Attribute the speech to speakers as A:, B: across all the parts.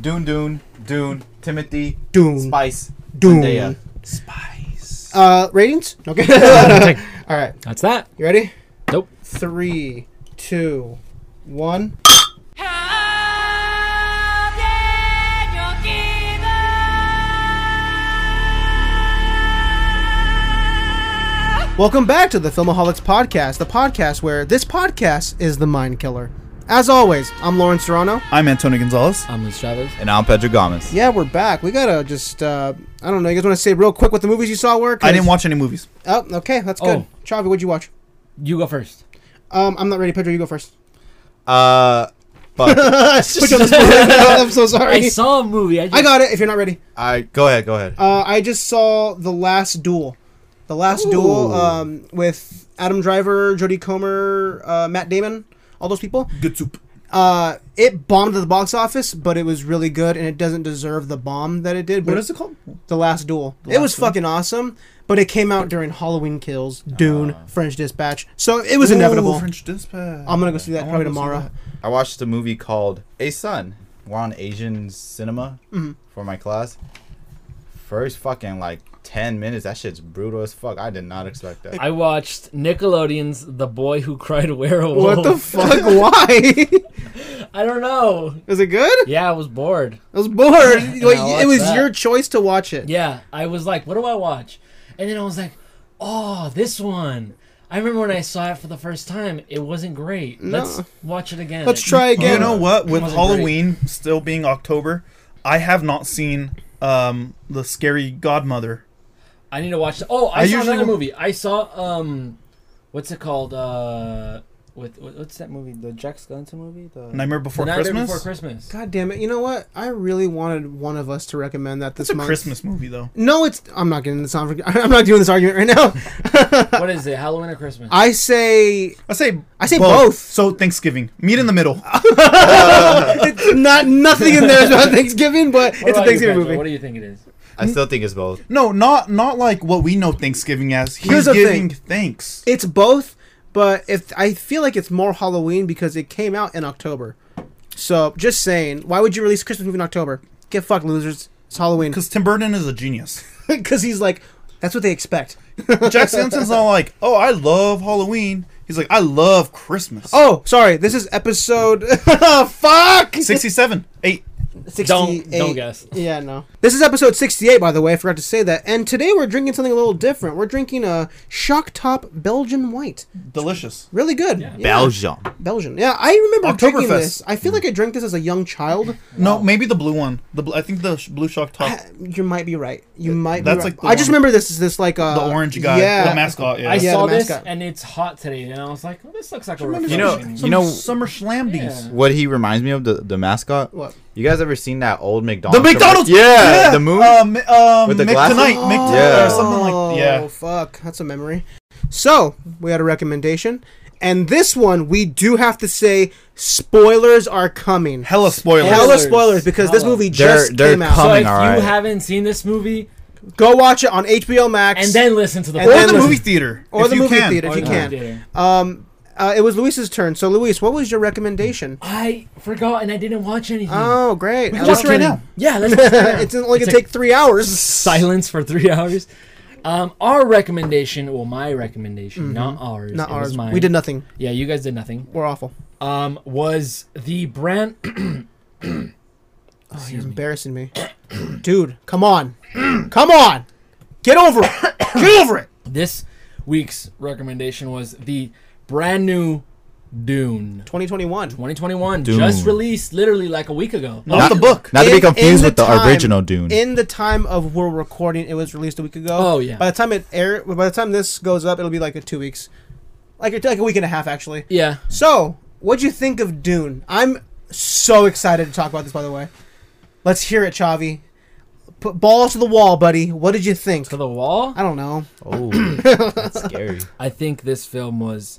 A: Dune, Dune, Dune, Timothy,
B: Dune.
A: Spice,
B: Dune.
A: Zendaya. Spice.
B: Uh, ratings? Okay. All right.
C: That's that.
B: You ready?
C: Nope.
B: Three, two, one. Welcome back to the Filmaholics Podcast, the podcast where this podcast is the mind killer. As always, I'm Lauren Serrano.
A: I'm Antonio Gonzalez.
C: I'm Luis Chavez.
A: And I'm Pedro Gomez.
B: Yeah, we're back. We gotta just, uh, I don't know, you guys wanna say real quick what the movies you saw were? 'Cause-
A: I didn't watch any movies.
B: Oh, okay, that's good.
C: Oh.
B: Chavi, what'd you watch?
C: You go first.
B: Um, I'm not ready, Pedro, you go first.
A: Uh, but
B: Put you on the spot. I'm so sorry.
C: I saw a movie. I, just,
B: I got it if you're not ready.
A: I go ahead, go ahead.
B: Uh, I just saw The Last Duel. The Last Duel
A: Ooh.
B: um, with Adam Driver, Jodie Comer, uh, Matt Damon, all those people.
A: Good soup.
B: Uh, it bombed at the box office, but it was really good, and it doesn't deserve the bomb that it did. But
A: What is it called?
B: The Last Duel. it was fucking awesome, but it came out during Halloween Kills, Dune, French Dispatch, so it was inevitable.
A: Ah. French Dispatch.
B: I'm gonna go see that
A: I wanna
B: probably
A: go see
B: tomorrow.
A: that. I watched a movie called A Sun. We're on Asian cinema for my class. First fucking like ten minutes. That shit's brutal as fuck. I did not expect that.
C: I watched Nickelodeon's The Boy Who Cried Werewolf.
B: What
A: Oh.
B: the fuck? Why?
C: I don't know.
B: was it good?
C: Yeah, I was bored.
B: I was bored. Wait,
C: watch
B: it was
C: that.
B: your choice to watch it.
C: Yeah, I was like, what do I watch? And then I was like, oh, this one. I remember when I saw it for the first time, it wasn't great. Let's watch it again.
B: Let's try again.
D: You know what? With
C: Wasn't
D: Halloween still being October, I have not seen um, the scary Godmother.
C: I need to watch. The, oh, I,
D: I
C: saw
D: usually
C: another
D: don't-
C: movie. I saw um, what's it called? Uh, with what- what's that movie? The Jack Skellington movie? The
D: Nightmare Before
C: The Nightmare
D: Christmas.
C: Before Christmas.
B: God damn it! You know what? I really wanted one of us to recommend that this
D: It's a
B: month.
D: Christmas movie though.
B: No, it's. I'm not getting this. on- I'm not doing this argument right now.
C: what is it? Halloween or Christmas?
B: I say
D: I say
B: I say both.
D: So Thanksgiving. Meet in the middle.
B: it's not nothing in there is about Thanksgiving, but
C: What
B: it's a
C: about you,
B: Thanksgiving
C: Pedro?
B: movie.
C: What do you think it is?
A: I still think it's both.
D: no, not not like what we know Thanksgiving as. He's
B: Here's the
D: giving
B: thing.
D: thanks.
B: it's both, but if I feel like it's more Halloween because it came out in October. So just saying, why would you release a Christmas movie in October? Get fucked, losers. It's Halloween.
D: Because Tim Burton is a genius.
B: Because he's like, that's what they expect.
D: Jack Simpson's not like, oh, I love Halloween. He's like, I love Christmas.
B: Oh, sorry. This is episode. Fuck.
D: 67, 8.
B: 68.
C: don't guess.
B: Yeah, no. This is episode 68, by the way. I forgot to say that. And today we're drinking something a little different. We're drinking a Shock Top Belgian White.
D: Delicious.
B: Really good. Yeah.
A: Belgium.
B: Belgian. Yeah, I remember drinking
D: Oktoberfest.
B: this. I feel like I drank this as a young child.
D: No, maybe the blue one. The bl- I think the sh- blue shock top.
B: You might be right. You might be
D: That's
B: right.
D: like the
B: I just
D: one-
B: remember this is this like uh,
D: the orange guy.
B: Yeah.
D: The mascot. Yeah.
C: I
B: Yeah,
C: saw
B: the
C: this
B: mascot.
C: and it's hot today, and I was like, well, this looks like a
A: You know-
C: refreshing.
A: you know-
D: summer schlambies.
C: Yeah.
A: What he reminds me of the the mascot.
B: What?
A: You guys ever seen that old McDonald's?
D: The McDonald's,
A: commercial? Yeah, The moon.
D: um, um,
A: With the
D: Mick
A: glasses?
D: tonight, Mick
A: Oh.
D: Tonight
A: Yeah.
D: or something like
B: Oh,
D: yeah.
B: fuck. That's a memory. So, we had a recommendation. And this one, we do have to say spoilers are coming.
D: Hella spoilers.
B: Hella
C: Spoilers.
B: spoilers because this
C: Hella.
B: movie
A: They're-
B: just
A: they're
B: came out.
C: so
A: coming.
C: if
A: alright.
C: you haven't seen this movie,
B: Go watch it on HBO Max.
C: and then listen to the
B: And
D: Or
B: then
D: the
B: listen-
D: movie theater,
B: or
D: if
B: the
D: you
B: movie
D: can.
B: theater if
C: Or
B: you
C: the
B: can.
C: theater.
B: Um, uh, it was Luis's turn. So Luis, what was your recommendation?
C: I forgot and I didn't watch anything.
B: Oh, great! I
D: Just
B: like
D: right
B: it. Uh,
D: now.
C: Yeah, let's watch it right
B: it's
C: now.
B: only
C: It's
B: gonna
C: like-
B: take three hours.
C: silence for three hours. Um, our recommendation, well, my recommendation, not ours,
B: Mm-hmm. Not
C: it was
B: ours.
C: mine.
B: We did nothing.
C: Yeah, you guys did nothing.
B: We're awful.
C: Um, was the brand?
B: Oh, you're embarrassing me, dude. Come on, come on, get over it. Get over it.
C: this week's recommendation was the brand new Dune
B: 2021.
C: 2021,
A: Dune.
C: just released literally like a week ago.
D: Not the book.
A: Not to
B: In-
A: be
B: in
A: confused with the
B: time-
A: original Dune.
B: In the time of we're recording, it was released a week ago.
C: Oh, yeah.
B: By the time it air, by the time this goes up, it'll be like a two weeks, like a, like a week and a half actually.
C: Oh, Yeah,
B: So, what'd you think of Dune? I'm so excited to talk about this. By the way, let's hear it, Chavi. Put balls to the wall, buddy. What did you think?
C: to the wall.
B: I don't know.
A: Oh, that's scary.
C: I think this film was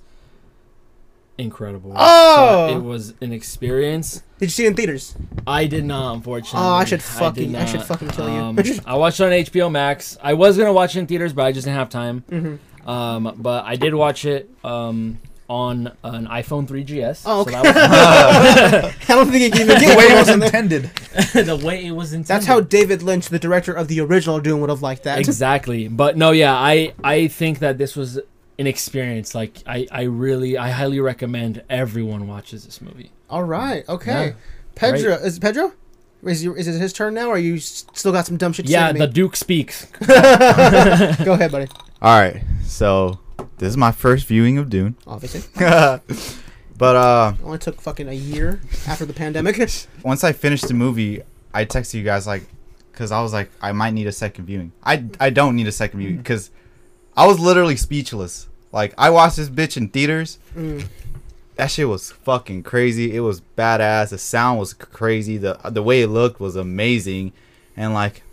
C: incredible.
B: Oh!
C: it was an experience.
B: Did you see it in theaters?
C: I did not, unfortunately.
B: Oh, I should
C: did
B: fucking- I should
C: not.
B: fucking kill you.
C: Um, I watched it on HBO Max. I
B: Mm-hmm.
C: was gonna watch it in theaters, but I just didn't have time. Um, but I did watch it um, on an iPhone 3GS.
B: Oh,
C: so that
B: I don't think it can even
D: The
B: get
D: way it
B: worse
D: was
B: than that.
D: intended.
C: was the way it was intended.
B: That's how David Lynch, the director of the original Doom, would have liked that.
C: exactly. But no, yeah, I I think that this was an experience. Like I I really I highly recommend everyone watches this movie.
B: All right. Okay.
C: Yeah.
B: Pedro is it Pedro? Is, you, is it his turn now? Or you s- still got some dumb shit? To
C: Yeah,
B: say
C: the
B: to me?
C: Duke speaks.
B: go ahead, buddy.
A: All right, so this is my first viewing of Dune,
B: Obviously,
A: but uh,
B: only took fucking a year after the pandemic.
A: once I finished the movie, I texted you guys like, because I was like, I might need a second viewing. I I don't need a second viewing
B: Mm.
A: because I was literally speechless. Like I watched this bitch in theaters.
B: Mm.
A: That shit was fucking crazy. It was badass. The sound was crazy. The the way it looked was amazing, and like,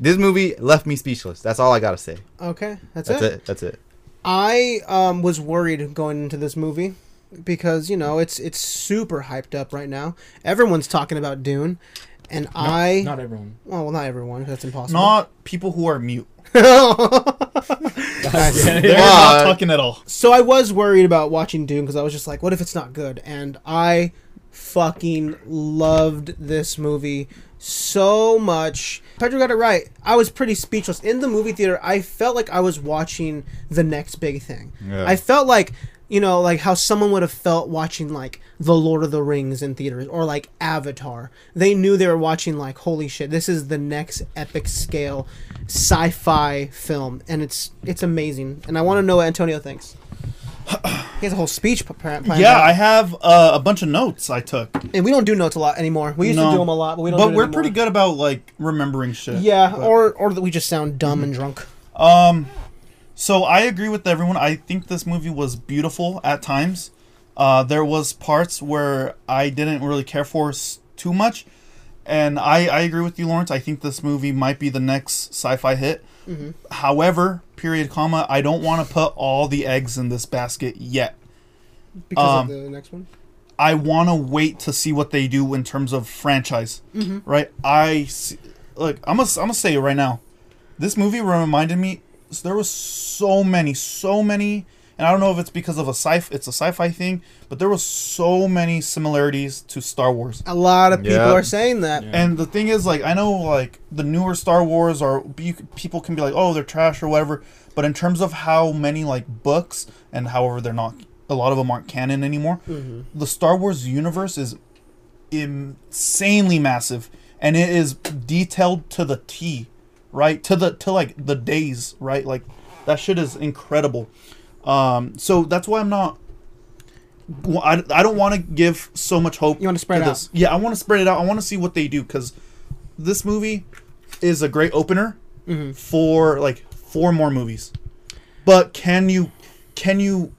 A: this movie left me speechless. That's all I gotta say.
B: Okay, that's,
A: That's
B: it.
A: it. That's it.
B: I um, was worried going into this movie because you know it's it's super hyped up right now. Everyone's talking about Dune, and I
C: Not e- everyone.
B: well, well, not everyone. 'cause That's impossible.
D: Not people who are mute.
C: Yeah.
D: They're not
A: Why?
D: talking at all.
B: so I was worried about watching Dune because I was just like, what if it's not good? And I fucking loved this movie so much. Pedro got it right. I was pretty speechless in the movie theater. I felt like I was watching the next big thing.
A: Yeah.
B: I felt like you know like how someone would have felt watching like the lord of the rings in theaters or like avatar they knew they were watching like holy shit this is the next epic scale sci-fi film and it's it's amazing and i want to know what antonio thinks he has a whole speech p- plan planned
D: Yeah,
B: out.
D: I have uh, a bunch of notes I took,
B: and we don't do notes a lot anymore we used
D: No.
B: to do them a lot but we don't do
D: but
B: it
D: we're
B: anymore.
D: pretty good about like remembering shit.
B: yeah
D: But-
B: or or that we just sound dumb and drunk
D: Um, so I agree with everyone. I think this movie was beautiful at times. Uh, there was parts where I didn't really care for s- too much, and I, I agree with you, Lawrence. I think this movie might be the next sci-fi hit. However, period, comma, I don't want to put all the eggs in this basket yet.
B: because
D: Um,
B: of the next one
D: I want to wait to see what they do in terms of franchise, right? I s- look. I'm gonna I'm gonna say it right now. This movie reminded me. s- There was so many, so many, and I don't know if it's because of a sci. It's a sci-fi thing, but there was so many similarities to Star Wars.
B: a lot of people
A: Yeah.
B: are saying that
C: Yeah.
D: And the thing is, like, I know, like, the newer Star Wars are you, c- people can be like, oh, they're trash or whatever. But in terms of how many like books and however they're not, a lot of them aren't canon anymore. The Star Wars universe is insanely massive, and it is detailed to the T, right? To the to like the days, right? Like that shit is incredible. Um, so that's why I'm not. well, I, I don't want to give so much hope.
B: You wanna spread it out.
D: this. Yeah, I want to spread it out. I want to see what they do because this movie is a great opener
B: Mm-hmm.
D: for like four more movies. But can you can you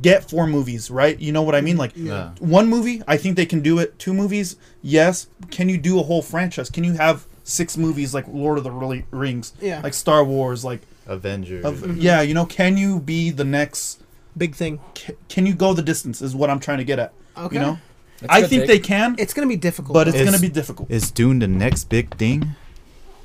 D: get four movies, right? You know what I mean? Like
A: Yeah.
D: one movie, I think they can do it. Two movies, yes. Can you do a whole franchise? Can you have six movies like Lord of the Rili- Rings,
B: Yeah.
D: like Star Wars, like
A: Avengers.
D: of, yeah, you know, can you be the next
B: big thing
D: ca- can you go the distance is what I'm trying to get at.
B: Okay.
D: You know?
C: That's a
D: I
C: good
D: think
C: take.
D: they can,
B: it's gonna be difficult
D: but
B: though.
D: it's,
A: It's-
D: going to be difficult.
A: Is Dune the next big thing?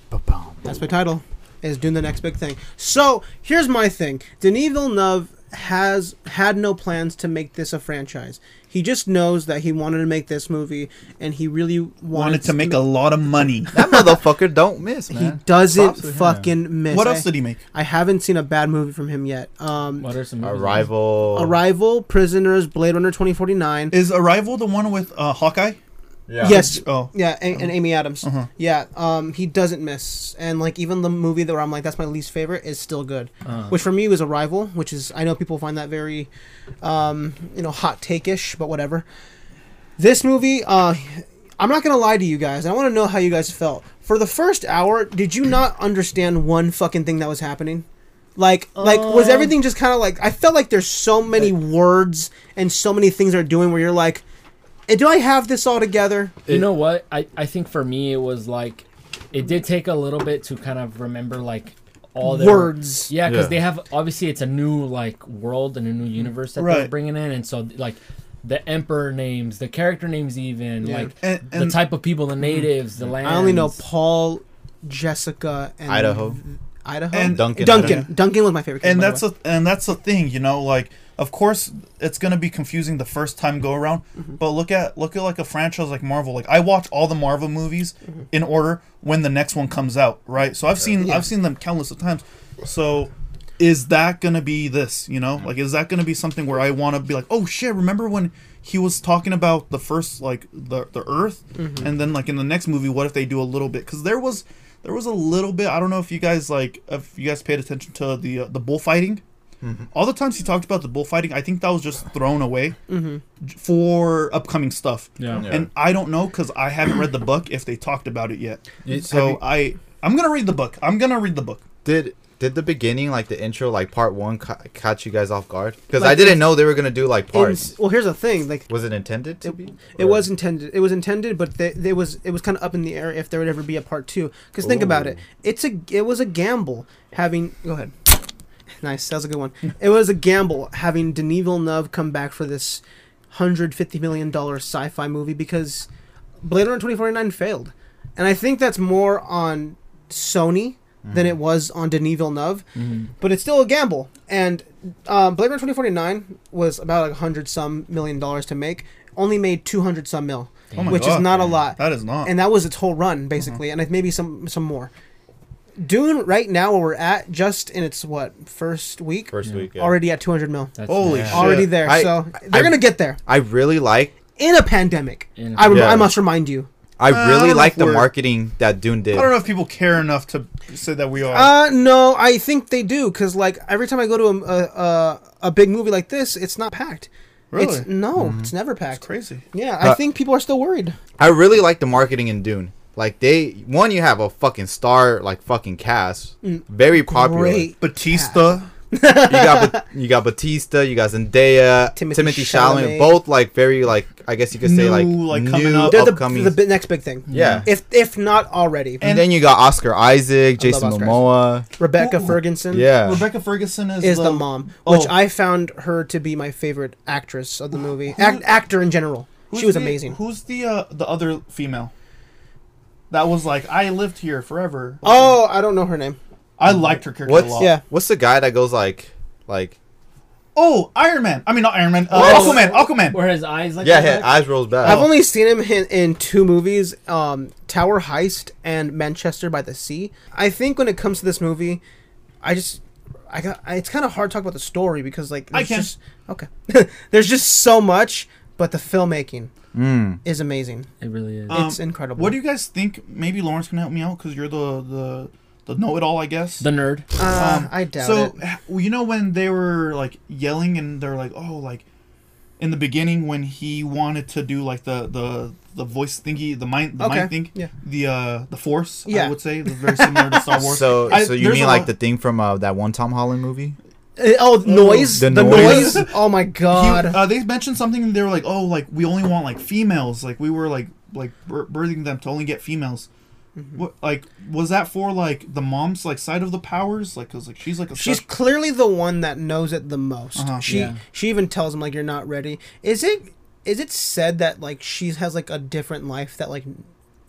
A: Ba-boom.
B: That's my title. Is doing the next big thing. So here's my thing. Denis Villeneuve has had no plans to make this a franchise. He just knows that he wanted to make this movie, and he really wanted,
D: Wanted to make a lot of money.
A: That motherfucker don't miss,
B: He
A: man.
B: doesn't
A: Props to him.
B: fucking miss.
D: what
B: I-
D: else did he make?
B: I haven't seen a bad movie from him yet. Um,
C: What are some movies?
A: Mm-hmm. Arrival.
B: Arrival, Prisoners, Blade Runner 2049.
D: Is Arrival the one with uh, Hawkeye?
A: Yeah.
B: yes.
D: Oh.
B: Yeah, and, and Amy Adams. Yeah, um, he doesn't miss, and like even the movie that where I'm like that's my least favorite is still good,
C: Uh.
B: which for me was Arrival, which is I know people find that very, um, you know, hot take ish, but whatever. This movie, uh, I'm not gonna lie to you guys. I want to know how you guys felt for the first hour. Did you not understand one fucking thing that was happening? Like, like was
C: Um.
B: everything just kind of like I felt like there's so many words and so many things they're doing where you're like, "Eh, do I have this all together?
C: You know what? I, I think for me it was like it did take a little bit to kind of remember like all their
B: Words.
C: Yeah, because
A: Yeah.
C: they have obviously it's a new like world and a new universe that they're
D: Right.
C: bringing in, and so like the emperor names, the character names, even
B: Yeah.
C: like
D: And,
C: the
D: and
C: type of people, the natives, the land.
B: I only know Paul, Jessica, and
A: Idaho.
B: Idaho.
D: And-
A: Duncan,
B: Duncan.
A: Idaho.
B: Duncan was my favorite. kid,
D: and
B: by the
D: that's
B: way.
D: a, and that's the thing, you know, like of course it's gonna be confusing the first time go around,
B: Mm-hmm.
D: but look at look at like a franchise like Marvel. Like I watch all the Marvel movies in order when the next one comes out, right? So I've seen
B: Mm-hmm. Yeah.
D: I've seen them countless of times. So is that gonna be this? You know, like is that gonna be something where I want to be like, oh shit, remember when he was talking about the first like the the Earth,
B: Mm-hmm.
D: and then like in the next movie, what if they do a little bit? Because there was there was a little bit. I don't know if you guys like if you guys paid attention to the uh, the bullfighting. All the times he talked about the bullfighting, I think that was just thrown away
B: Mm-hmm.
D: j- for upcoming stuff.
C: Yeah.
A: Yeah.
D: And I don't know because I haven't read the book if they talked about it yet.
A: You-
D: so
A: have you-
D: I I'm gonna read the book. I'm gonna read the book.
A: Did did the beginning, like the intro, like part one, ca- catch you guys off guard? Because I
B: Like,
A: didn't know they were gonna do like
B: And
A: parts.
B: s- well, here's the thing. Like
A: was it intended to be?
B: It
A: Or-
B: was intended. It was intended, but th- it was it was kind of up in the air if there would ever be a part two. Because think about it, it's a it was a gamble having. Go ahead. Nice, that was a good one. it was a gamble having Denis Villeneuve come back for this hundred fifty million dollar sci-fi movie because Blade Runner twenty forty nine failed, and I think that's more on Sony than it was on Denis Villeneuve. But it's still a gamble, and um, Blade Runner twenty forty nine was about like hundred some million dollars to make. Only made two hundred some mil,
D: Oh my
B: which is
D: God,
B: not a
D: man.
B: lot,
D: That is not.
B: and that was its whole run basically, and like maybe some some more. Dune right now where we're at, just in its what first week,
A: first week. yeah.
B: already at two hundred mil,
C: That's
D: Holy
C: yeah.
D: shit.
B: already there.
A: I-
B: so
A: I-
B: they're
A: I-
B: gonna get there
A: I really like.
B: in a pandemic.
C: In a
B: I rem-
A: Yeah.
B: I must remind you.
A: I
D: Uh, I
A: really
D: don't know
A: like
D: if
A: the
D: we're-
A: marketing that Dune did.
D: I don't know if people care enough to say that we are.
B: Uh, no, I think they do because like every time I go to a a, a, a big movie like this, it's not packed. It's,
D: Really?
B: no, it's never packed.
D: crazy.
B: Yeah, I
A: But-
B: think people are still worried.
A: I really like the marketing in Dune. Like they, one, you have a fucking star, like fucking cast,
D: Mm,
A: very popular.
B: Great.
D: Batista.
A: You got Bat- you got Batista, you got Zendaya,
B: Timothy
A: Timothy,
B: Chalamet.
A: Chalamet, both like very like I guess you could say like
D: New, like, coming
A: new
D: up.
B: They're the,
A: upcoming.
B: the bi- next big thing.
A: yeah.
B: If if not already,
A: and then you got Oscar Isaac, Jason
B: Oscar
A: Momoa.
B: Rebecca
D: Ooh.
B: Ferguson
A: Yeah.
D: Rebecca Ferguson is,
B: is
D: the,
B: the mom, which
D: Oh.
B: I found her to be my favorite actress of the movie, Act, actor in general.
D: Who's
B: She was
D: the-
B: amazing.
D: Who's the uh, the other female? That was like I lived here forever.
B: Oh, I don't know her name.
D: I liked her character a
A: What's
D: lot.
B: Yeah.
A: What's the guy that goes like like
D: Oh, Iron Man. I mean, not Iron Man. Uh,
C: What?
D: Aquaman. Aquaman.
C: Where his eyes like
A: yeah,
C: that?
A: his eyes rolls back.
D: Oh.
B: I've only seen him in, in two movies, um, Tower Heist and Manchester by the Sea. I think when it comes to this movie, I just I got I, it's kind of hard to talk about the story because like
D: I
B: there's
D: can.
B: just okay. there's just so much, but the filmmaking is amazing.
C: It really is.
D: Um,
B: it's incredible.
D: What do you guys think? Maybe Lawrence can help me out because you're the the the know it all, I guess.
C: the nerd.
B: Uh,
D: Um,
B: I doubt
D: so
B: it.
D: h- you know when they were like yelling and they're like, oh, like in the beginning when he wanted to do like the the the voice thingy, the mind, the
B: Okay,
D: mind thing,
B: yeah.
D: the uh the force,
B: Yeah.
D: I would say, the very similar to Star Wars.
A: so
D: I-
A: so you
D: there's
A: mean
D: a
A: like
D: lot-
A: the thing from uh, that one Tom Holland movie?
B: Uh, oh, noise! The,
A: the
B: noise!
A: noise.
B: oh my
D: he,
B: god!
D: uh, they mentioned something and they were like, oh, like we only want like females, like we were like like bir- birthing them to only get females. What like was that for like the mom's like side of the powers like cause like she's like a
B: She's
D: sex-
B: clearly the one that knows it the most.
D: Uh-huh.
B: she
C: Yeah.
B: she even tells him like you're not ready. Is it is it said that like she has like a different life that like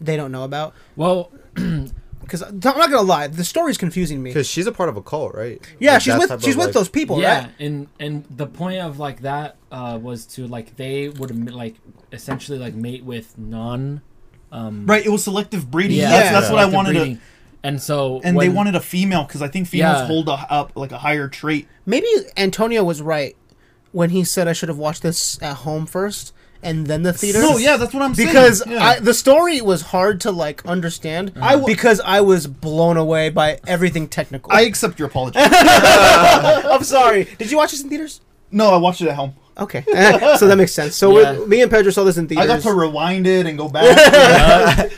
B: they don't know about?
C: Well,
B: Because I'm not gonna lie, the story's confusing me.
A: Because she's a part of a cult, right?
B: Yeah,
A: Like,
B: she's
A: that
B: with
A: type
B: she's
A: of,
B: with
A: like-
B: those people,
C: yeah,
B: right?
C: and and the point of like that uh, was to like they would admit, like essentially like mate with non. Um,
D: right. It was selective breeding.
C: Yeah,
D: Yeah, that's, that's
A: Yeah.
D: what I
C: selective
D: wanted to.
C: breeding. And so
D: and they
C: when-
D: wanted a female because I think females
C: Yeah.
D: hold a, up like a higher trait.
B: Maybe Antonio was right when he said I should have watched this at home first and then the theater.
D: No, yeah, that's what I'm saying.
B: because
D: Yeah. Uh-huh.
B: I, the story was hard to like understand
D: I w-
B: because I was blown away by everything technical.
D: I accept your apology.
B: I'm sorry. Did you watch this in theaters?
D: no, I watched it at home.
B: Okay, so that makes sense. So
C: Yeah.
B: we're me and Pedro saw this in
D: I
B: theaters.
D: got to rewind it and go back.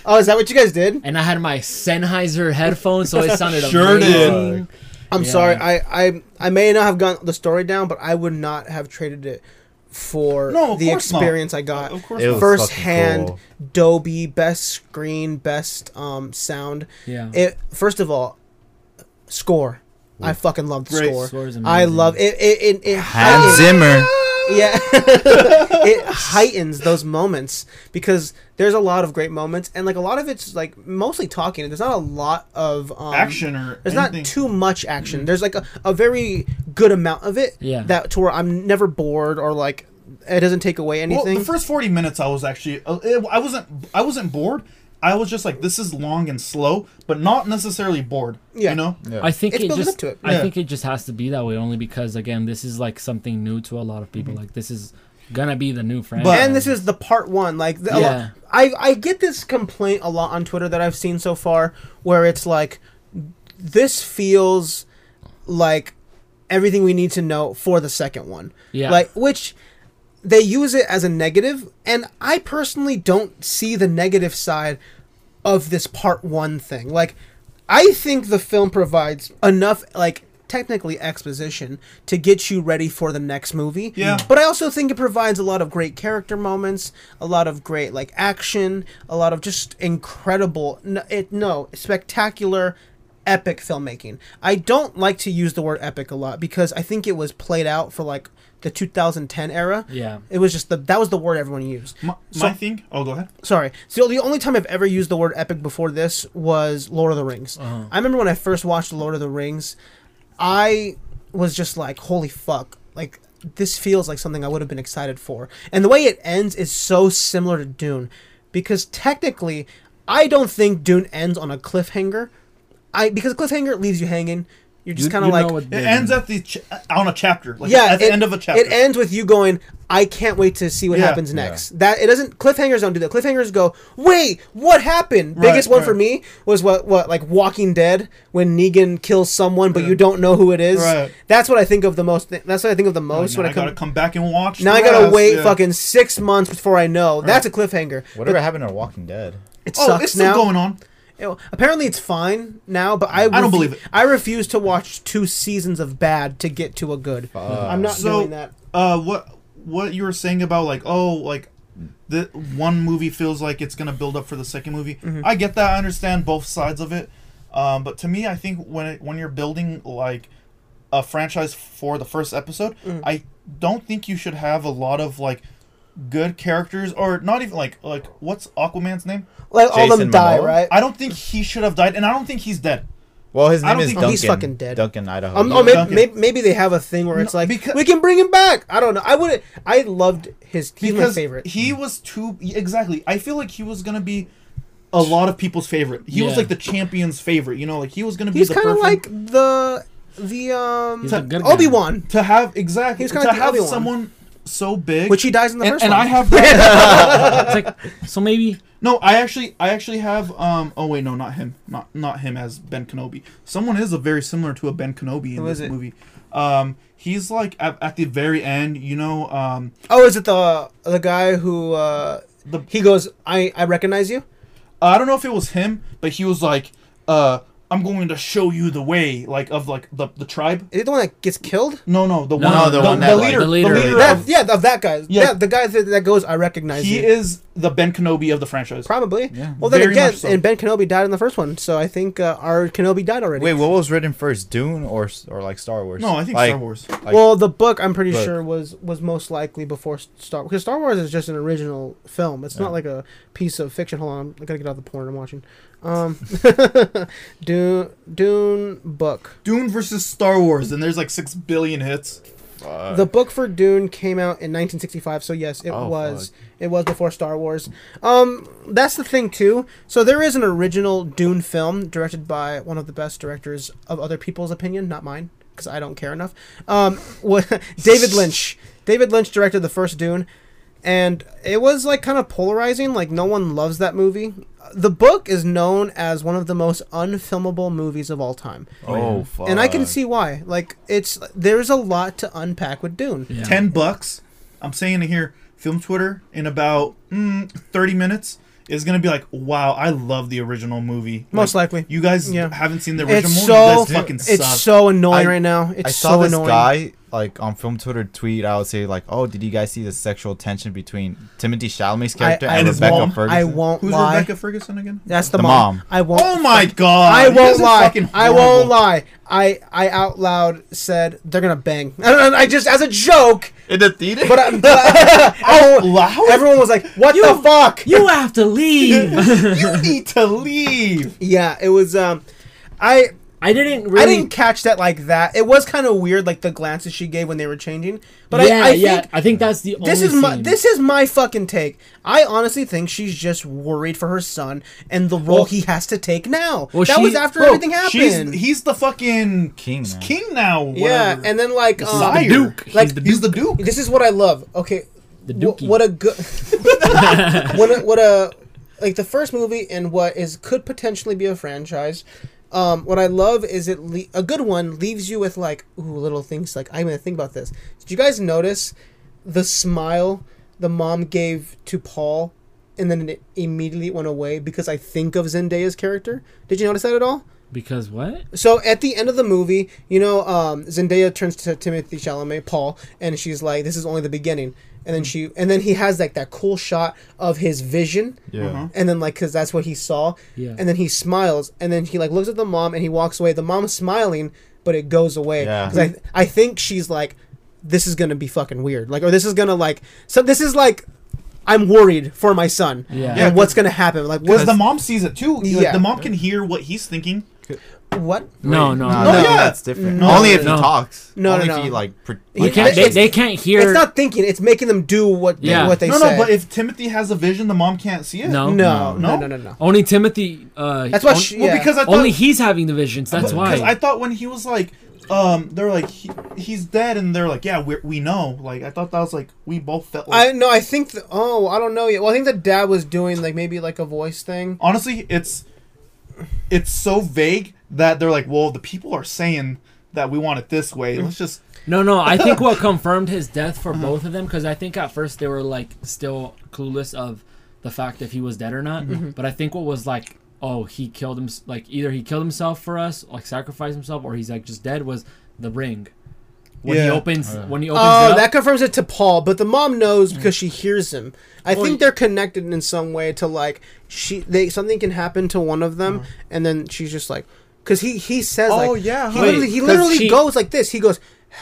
B: oh, is that what you guys did?
C: and I had my Sennheiser headphones, so it sounded
D: Sure did.
C: amazing.
B: I'm
C: Yeah.
B: sorry. I, I I may not have gotten the story down, but I would not have traded it for
D: No, of
B: the
D: course not.
B: experience I got.
D: of course,
A: It
D: not.
A: was-
B: First
A: fucking
B: hand,
A: cool.
B: Dolby, best screen, best um sound.
C: Yeah.
B: It first of all, score. I fucking love the
D: Great.
B: score.
C: Score's
B: I
C: amazing.
B: love it. It it, it,
A: Hans Zimmer.
B: yeah it heightens those moments because there's a lot of great moments and like a lot of it's like mostly talking there's not a lot of um,
D: action or
B: there's
D: anything.
B: not too much action there's like a, a very good amount of it
C: Yeah.
B: that to where i'm never bored or like it doesn't take away
D: Well,
B: anything
D: the first forty minutes, I was actually, uh, it- I wasn't, I wasn't bored. I was just like, this is long and slow, but not necessarily bored.
B: Yeah.
D: You know,
A: Yeah.
C: I think
B: It's
C: it
B: building
C: just.
B: up to it.
C: I
D: Yeah.
C: think it just has to be that way only because again, this is like something new to a lot of
D: Mm-hmm.
C: people. Like this is gonna be the new franchise.
B: and this is the part one. Like, the, a
C: Yeah.
B: lot, I I get this complaint a lot on Twitter that I've seen so far, where it's like, this feels like everything we need to know for the second one.
C: Yeah.
B: Like, which they use it as a negative, and I personally don't see the negative side of this part one thing. Like, I think the film provides enough, like, technically exposition to get you ready for the next movie.
D: Yeah.
B: But I also think it provides a lot of great character moments, a lot of great, like, action, a lot of just incredible, no, it, no spectacular. Epic filmmaking. I don't like to use the word epic a lot because I think it was played out for like the 2010 era.
C: Yeah.
B: It was just the that was the word everyone used
D: my, my thing. Oh, go ahead.
B: sorry. So the only time I've ever used the word epic before this was Lord of the Rings.
C: Uh-huh.
B: I remember when I first watched Lord of the Rings, I was just like, "Holy fuck!" Like this feels like something I would have been excited for. And the way it ends is so similar to Dune, because technically, I don't think Dune ends on a cliffhanger. I because a cliffhanger leaves you hanging. You're just
C: You-
B: kind of
C: you know
B: like
C: what
D: It
C: they-
D: ends at the ch- on a chapter. Like
B: yeah,
D: at the
B: it-
D: end of a chapter.
B: It ends with you going, "I can't wait to see what
D: Yeah.
B: happens next." That it doesn't. Cliffhangers don't do that. Cliffhangers go, "Wait, what happened?"
D: Right,
B: Biggest one for
D: right.
B: me was what what like Walking Dead when Negan kills someone but you don't know who it is.
D: Right.
B: That's what I think of the most. That's what I think of the most
D: now
B: when
D: I
B: I come.
D: gotta come back and watch.
B: now
D: the
B: I gotta
D: rest,
B: wait
D: yeah.
B: fucking six months before I know. That's a cliffhanger.
A: Whatever happened to Walking Dead?
B: It
D: Oh,
B: sucks
D: it's still
B: now.
D: going on.
B: It- apparently, it's fine now, but I,
D: don't believe it.
B: I refuse to watch two seasons of bad to get to a good. I'm not
D: So-
B: doing that.
D: Uh, what what you were saying about like oh like the one movie feels like it's gonna build up for the second movie. I get that. I understand both sides of it. Um, but to me, I think when it, when you're building like a franchise for the first episode, I don't think you should have a lot of like good characters or not even like like what's Aquaman's name?
B: Like all of
A: Jason
B: them die,
A: Momoa?
B: right?
D: I don't think he should have died, and I don't think he's dead.
A: Well, his
D: I
A: name
D: don't
A: is
D: think-
A: Duncan.
D: Oh,
B: he's fucking dead.
A: Duncan Idaho.
B: Um, oh, maybe,
D: Duncan.
B: maybe, maybe they have a thing where it's like
D: because-
B: we can bring him back. I don't know. I would. I loved his. He's my
D: because
B: favorite.
D: he was too exactly. I feel like he was gonna be a lot of people's favorite. He was
C: Yeah.
D: like the champion's favorite. You know, like he was gonna be
B: he's
D: the
B: kind of
D: perfect
B: like the the
C: He's a
B: um
C: good guy.
B: Obi Wan,
D: to have exactly
B: He's
D: to
B: kinda like the
D: have
B: Obi-Wan.
D: someone so big.
B: which he dies in the
D: and,
B: first
D: and
B: one.
D: I have that.
C: It's like so maybe
D: no, I actually, I actually have. Um, oh wait, no, not him, not not him as Ben Kenobi. Someone is a very similar to a Ben Kenobi in
B: Who
D: this
B: is it?
D: movie. Um, he's like at, at the very end. You know, um,
B: oh, is it the the guy who uh
D: The-
B: he goes? I I recognize you.
D: I don't know if it was him, but he was like, uh, "I'm going to show you the way," like of like the the tribe.
B: Is it the one that gets killed?
D: No, no, the
C: No,
D: one,
A: the one that, like,
D: leader,
A: the
C: leader.
D: the leader
B: That,
D: of-
B: yeah, of that guy. Yeah,
D: Yeah.
B: the guy that, that goes. I recognize
D: he
B: you.
D: is the Ben Kenobi of the franchise.
B: Probably. well, then
D: very
B: again,
D: much so.
B: and Ben Kenobi died in the first one, so I think uh, our Kenobi died already.
A: Wait, what was written first, Dune or s- or like Star Wars?
D: No, I think
A: Like,
D: Star Wars.
A: Like-
B: well, the book I'm pretty
A: Book.
B: sure was was most likely before Star because Star Wars is just an original film. It's not like a piece of fiction. Hold on, I gotta get out the porn I'm watching. Um, Dune Dune book.
D: Dune versus Star Wars, and there's like six billion hits.
A: Fuck.
B: The book for Dune came out in 1965, so yes, it
A: Oh,
B: was it was before Star Wars. Um, that's the thing too. So there is an original Dune film directed by one of the best directors of other people's opinion, not mine, because I don't care enough. Um, wa- David Lynch. David Lynch directed the first Dune, and it was like kind of polarizing. Like no one loves that movie. The book is known as one of the most unfilmable movies of all time.
A: oh, fuck.
B: And I can see why. Like it's there's a lot to unpack with Dune.
C: yeah.
D: Ten bucks. I'm saying it here, film Twitter in about mm, thirty minutes is gonna be like, wow, I love the original movie.
B: Most
D: Like,
B: likely.
D: you guys
B: Yeah.
D: haven't seen the original
B: It's
D: movie.
B: so
D: you guys fucking
B: it's
D: suck.
B: so annoying
A: I-
B: right now. It's
A: I saw
B: so
A: this
B: annoying.
A: guy like on film Twitter tweet. I would say like, "Oh, did you guys see the sexual tension between Timothy Chalamet's character
B: I-
A: and
D: his
A: Rebecca
D: mom.
A: Ferguson?"
B: I won't
D: Who's
B: lie.
D: Rebecca Ferguson again?
B: That's the,
A: The
B: mom.
A: mom.
B: I won't.
D: Oh my god!
B: I
D: You guys
B: won't
D: are
B: lie.
D: fucking
B: I won't
D: horrible.
B: lie. I I out loud said they're gonna bang. I, don't know, I just as a joke.
A: in the theater.
B: But, I, but I, oh,
D: Loud?
B: everyone was like, "What
C: You-
B: the fuck?"
C: You have to leave.
D: you need to leave.
B: yeah, it was. Um, I
C: I didn't really.
B: I didn't catch that like that. It was kind of weird, like the glances she gave when they were changing. But
C: yeah,
B: I, I
C: yeah.
B: think
C: I think that's the
B: this
C: only
B: is my
C: scene.
B: this is my fucking take. I honestly think she's just worried for her son and the role
C: Well-
B: he has to take now.
C: Well,
B: that
C: she-
B: was after
D: Bro,
B: everything
D: she's-
B: happened.
D: he's the fucking
A: King now.
D: King now.
B: yeah,
D: Whatever.
B: and then like
C: He's
B: um,
D: Sire.
C: the Duke.
B: Like,
C: He's the Duke.
D: he's the Duke.
B: this is what I love. Okay,
C: The
B: wh-
C: Dookie.
B: what a good what a, what a like the first movie and what is could potentially be a franchise. Um, what I love is it le- a good one leaves you with like ooh little things like I'm gonna think about this. Did you guys notice the smile the mom gave to Paul, and then it immediately went away because I think of Zendaya's character. Did you notice that at all?
C: because what?
B: So at the end of the movie, you know, um, Zendaya turns to Timothy Chalamet, Paul, and she's like, "This is only the beginning." And then she, and then he has like that cool shot of his vision,
A: yeah.
B: and then like, cause that's what he saw.
C: Yeah.
B: And then he smiles, and then he like looks at the mom, and he walks away. The mom's smiling, but it goes away.
A: Yeah.
B: 'Cause I, I think she's like, "This is gonna be fucking weird," like, or this is gonna like, so this is like, I'm worried for my son,
C: Yeah.
B: and
C: Yeah,
B: what's gonna happen? Like,
D: Because
B: what?
D: the mom sees it too. Like,
B: Yeah.
D: The mom can hear what he's thinking.
B: what?
C: No, no,
A: Nah,
C: no.
A: that-
D: yeah.
A: that's different.
B: No,
A: Only
B: no,
A: if
C: no.
A: he talks.
B: No,
A: Only
B: no,
A: if he
B: no.
A: like. Pre-
B: You
A: like,
C: They can't, they,
A: actually-
C: they can't hear.
B: It's not thinking; it's making them do what
C: Yeah.
B: they, what they
D: No,
B: say.
D: no. But if Timothy has a vision, the mom can't see it.
C: no,
B: No, no, no,
D: No?
B: no, no.
C: Only Timothy. Uh,
B: That's why
C: on-
B: she-
D: Well,
B: Yeah.
D: because I thought
C: only he's having the visions. That's why.
D: Because I thought when he was like, um, they're like, he, he's dead, and they're like, yeah, we we know. Like, I thought that was like, we both felt like.
B: I no, I think. The, oh, I don't know yet. Well, I think the dad was doing like maybe like a voice thing.
D: honestly, it's it's so vague that they're like, well, the people are saying that we want it this way. Let's just
C: No, no. I think what confirmed his death for
B: Uh-huh.
C: both of them, because I think at first they were like still clueless of the fact if he was dead or not.
B: Mm-hmm.
C: But I think what was like, oh, he killed him. Like either he killed himself for us, like sacrificed himself, or he's like just dead. Was the ring when he
D: Yeah.
C: opens when he opens it
B: Oh,
C: up?
B: that confirms it to Paul, but the mom knows because she hears him. I
C: Well,
B: think they're connected in some way to like she they something can happen to one of them, and then she's just like, because he he says
D: Oh,
B: like,
D: yeah,
B: he
D: huh?
B: literally,
C: Wait,
B: he
C: 'cause
B: literally
C: she-
B: goes like this. He goes.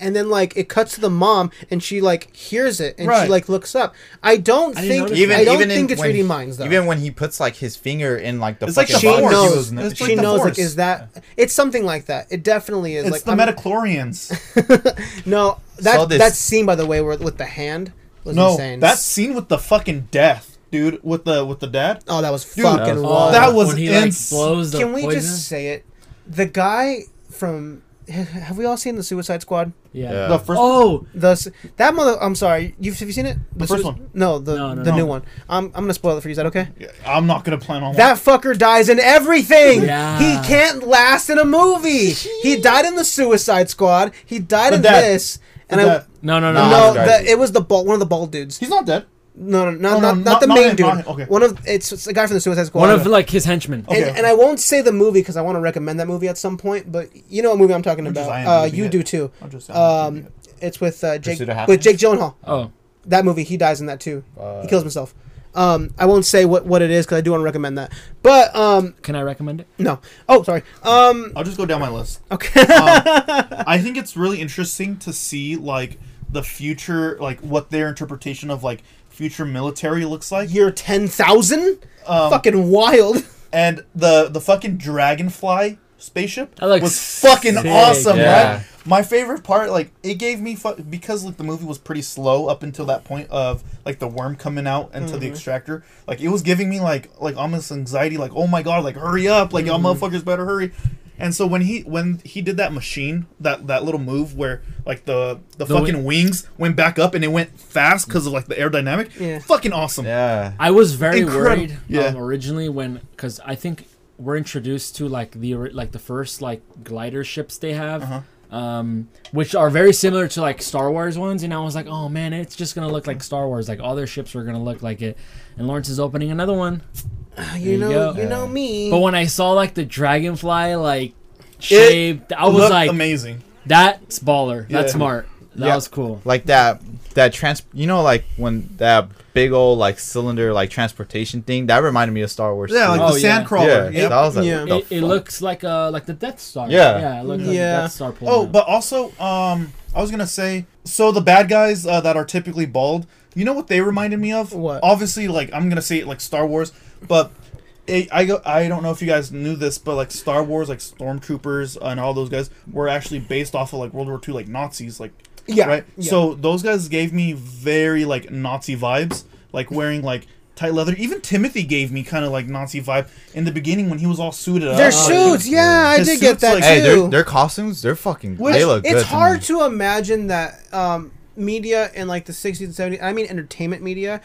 B: And then like it cuts to the mom, and she like hears it, and she
D: Right.
B: like looks up. I don't
C: didn't
B: think
C: notice
A: even
B: I don't
A: even
B: think
A: in
B: it's
A: when-
B: reading minds though.
A: Even when he puts like his finger in like the
D: It's like
A: fucking
D: the
B: she
A: box,
D: Force.
A: he
B: knows.
A: was n-
D: It's
B: she
D: like the
B: knows. Like,
D: Force.
B: is that? It's something like that. It definitely is.
D: it's
B: like
D: the
B: I'm-
D: Metachlorians.
B: No, that
A: Saw this-
B: that scene by the way, where, with the hand was
D: no,
B: insane.
D: that scene with the fucking death, dude, with the with the dad.
B: oh, that was
D: Dude,
B: fucking
A: that was-
B: wild.
D: that was
C: when he
D: ins-
C: like blows the
B: Can we
C: poison.
B: just say it? The guy from have we all seen the Suicide Squad?
C: yeah.
A: Yeah.
D: The first.
C: Oh,
B: The s- that mother. I'm sorry. You've have you seen it? The,
D: first
B: Sui-
D: one.
B: No, the
C: No, no,
B: the
C: no.
B: new one. I'm I'm gonna spoil it for you. Is that okay?
D: I'm not gonna plan on
B: That fucker dies in everything.
C: Yeah.
B: He can't last in a movie. he died in the Suicide Squad. He died
D: The
B: in
D: dad.
B: this.
D: The
B: And I,
D: dad.
C: no, no, no.
A: Nah,
B: no,
A: the guy-
B: the, it was the bald, one of the bald dudes.
D: He's not dead.
B: No, no, not,
D: Oh,
B: not,
D: no,
B: not
D: not-
B: the
D: not
B: main
D: him,
B: dude.
D: not him, okay.
B: One of it's, it's the guy from the Suicide Squad.
C: One of like his henchmen.
D: Okay,
B: and,
D: okay.
B: and I won't say the movie because I want to recommend that movie at some point. But you know what movie I'm talking
D: just
B: about.
D: IMDb
B: Uh, you
D: it.
B: do too.
D: I'll just-
B: Um, it's with uh, Jake
A: Pursuit of
B: with
A: Happiness?
B: Jake Gyllenhaal.
C: Oh,
B: That movie, he dies in that too. he
A: Uh,
B: kills himself. Um, I won't say what, what it is because I do want to recommend that. But um,
C: can I recommend it?
B: no. Oh, sorry. Um,
D: I'll just go down my list.
B: okay.
D: I think it's really interesting to see like the future, like what their interpretation of like future military looks like,
B: Year ten thousand.
D: Um,
B: Fucking wild.
D: and the the fucking dragonfly spaceship
C: That looks
D: was fucking
C: sick,
D: awesome,
A: yeah.
D: right? My favorite part, like it gave me fu- because like the movie was pretty slow up until that point of like the worm coming out into the extractor. Like it was giving me like like almost anxiety, like oh my god, like hurry up, like y'all motherfuckers better hurry. And so when he when he did that machine that that little move where like the the,
C: The
D: fucking wings went back up and it went fast because of like the aerodynamic,
B: Yeah.
D: fucking awesome.
A: Yeah.
C: I was very
D: Incredible.
C: worried
D: Yeah.
C: um, originally when because I think we're introduced to like the ori- like the first like glider ships they have,
D: Uh-huh.
C: um, which are very similar to like Star Wars ones, and I was like, oh man, it's just gonna look like Star Wars. Like all their ships are gonna look like it, and Lawrence is opening another one.
B: you
C: There you
B: know,
C: go.
B: you know me.
C: But when I saw like the dragonfly like shape, I was
D: Looked
C: like,
D: amazing.
C: that's baller. That's
D: Yeah.
C: smart. That
A: Yeah.
C: was cool.
A: like that that trans you know like when that big old like cylinder like transportation thing. That reminded me of Star Wars.
D: Yeah,
A: too.
D: like
C: Oh,
D: the
C: yeah.
A: yeah.
D: sandcrawler. Yeah.
A: so I was like,
B: Yeah.
A: what the
C: It, it
A: fuck?
C: looks like a like the Death Star.
A: Yeah.
C: yeah, it looks like
B: Yeah.
C: a Death Star. pulling
D: Oh,
C: out.
D: but also, um, I was gonna say, so the bad guys uh, that are typically bald, you know what they reminded me of?
B: What?
D: Obviously, like I'm gonna say it like Star Wars, but it, I go, I don't know if you guys knew this, but like Star Wars, like stormtroopers and all those guys were actually based off of like World War II, like Nazis, like
B: Yeah,
D: right.
B: yeah.
D: So those guys gave me very like Nazi vibes, like wearing like. Tight leather. Even Timothy gave me kind of like Nazi vibe in the beginning when he was all suited up.
B: Their
D: Like,
C: Oh,
B: suits, yeah, I
D: His
B: did get
D: suits,
B: that
D: like-
A: Hey,
B: too.
A: their, their costumes, they're fucking.
D: Which-
A: they look good.
B: it's
A: to
B: hard
A: me.
B: to imagine that um, media in like the 60s and 70s i mean entertainment media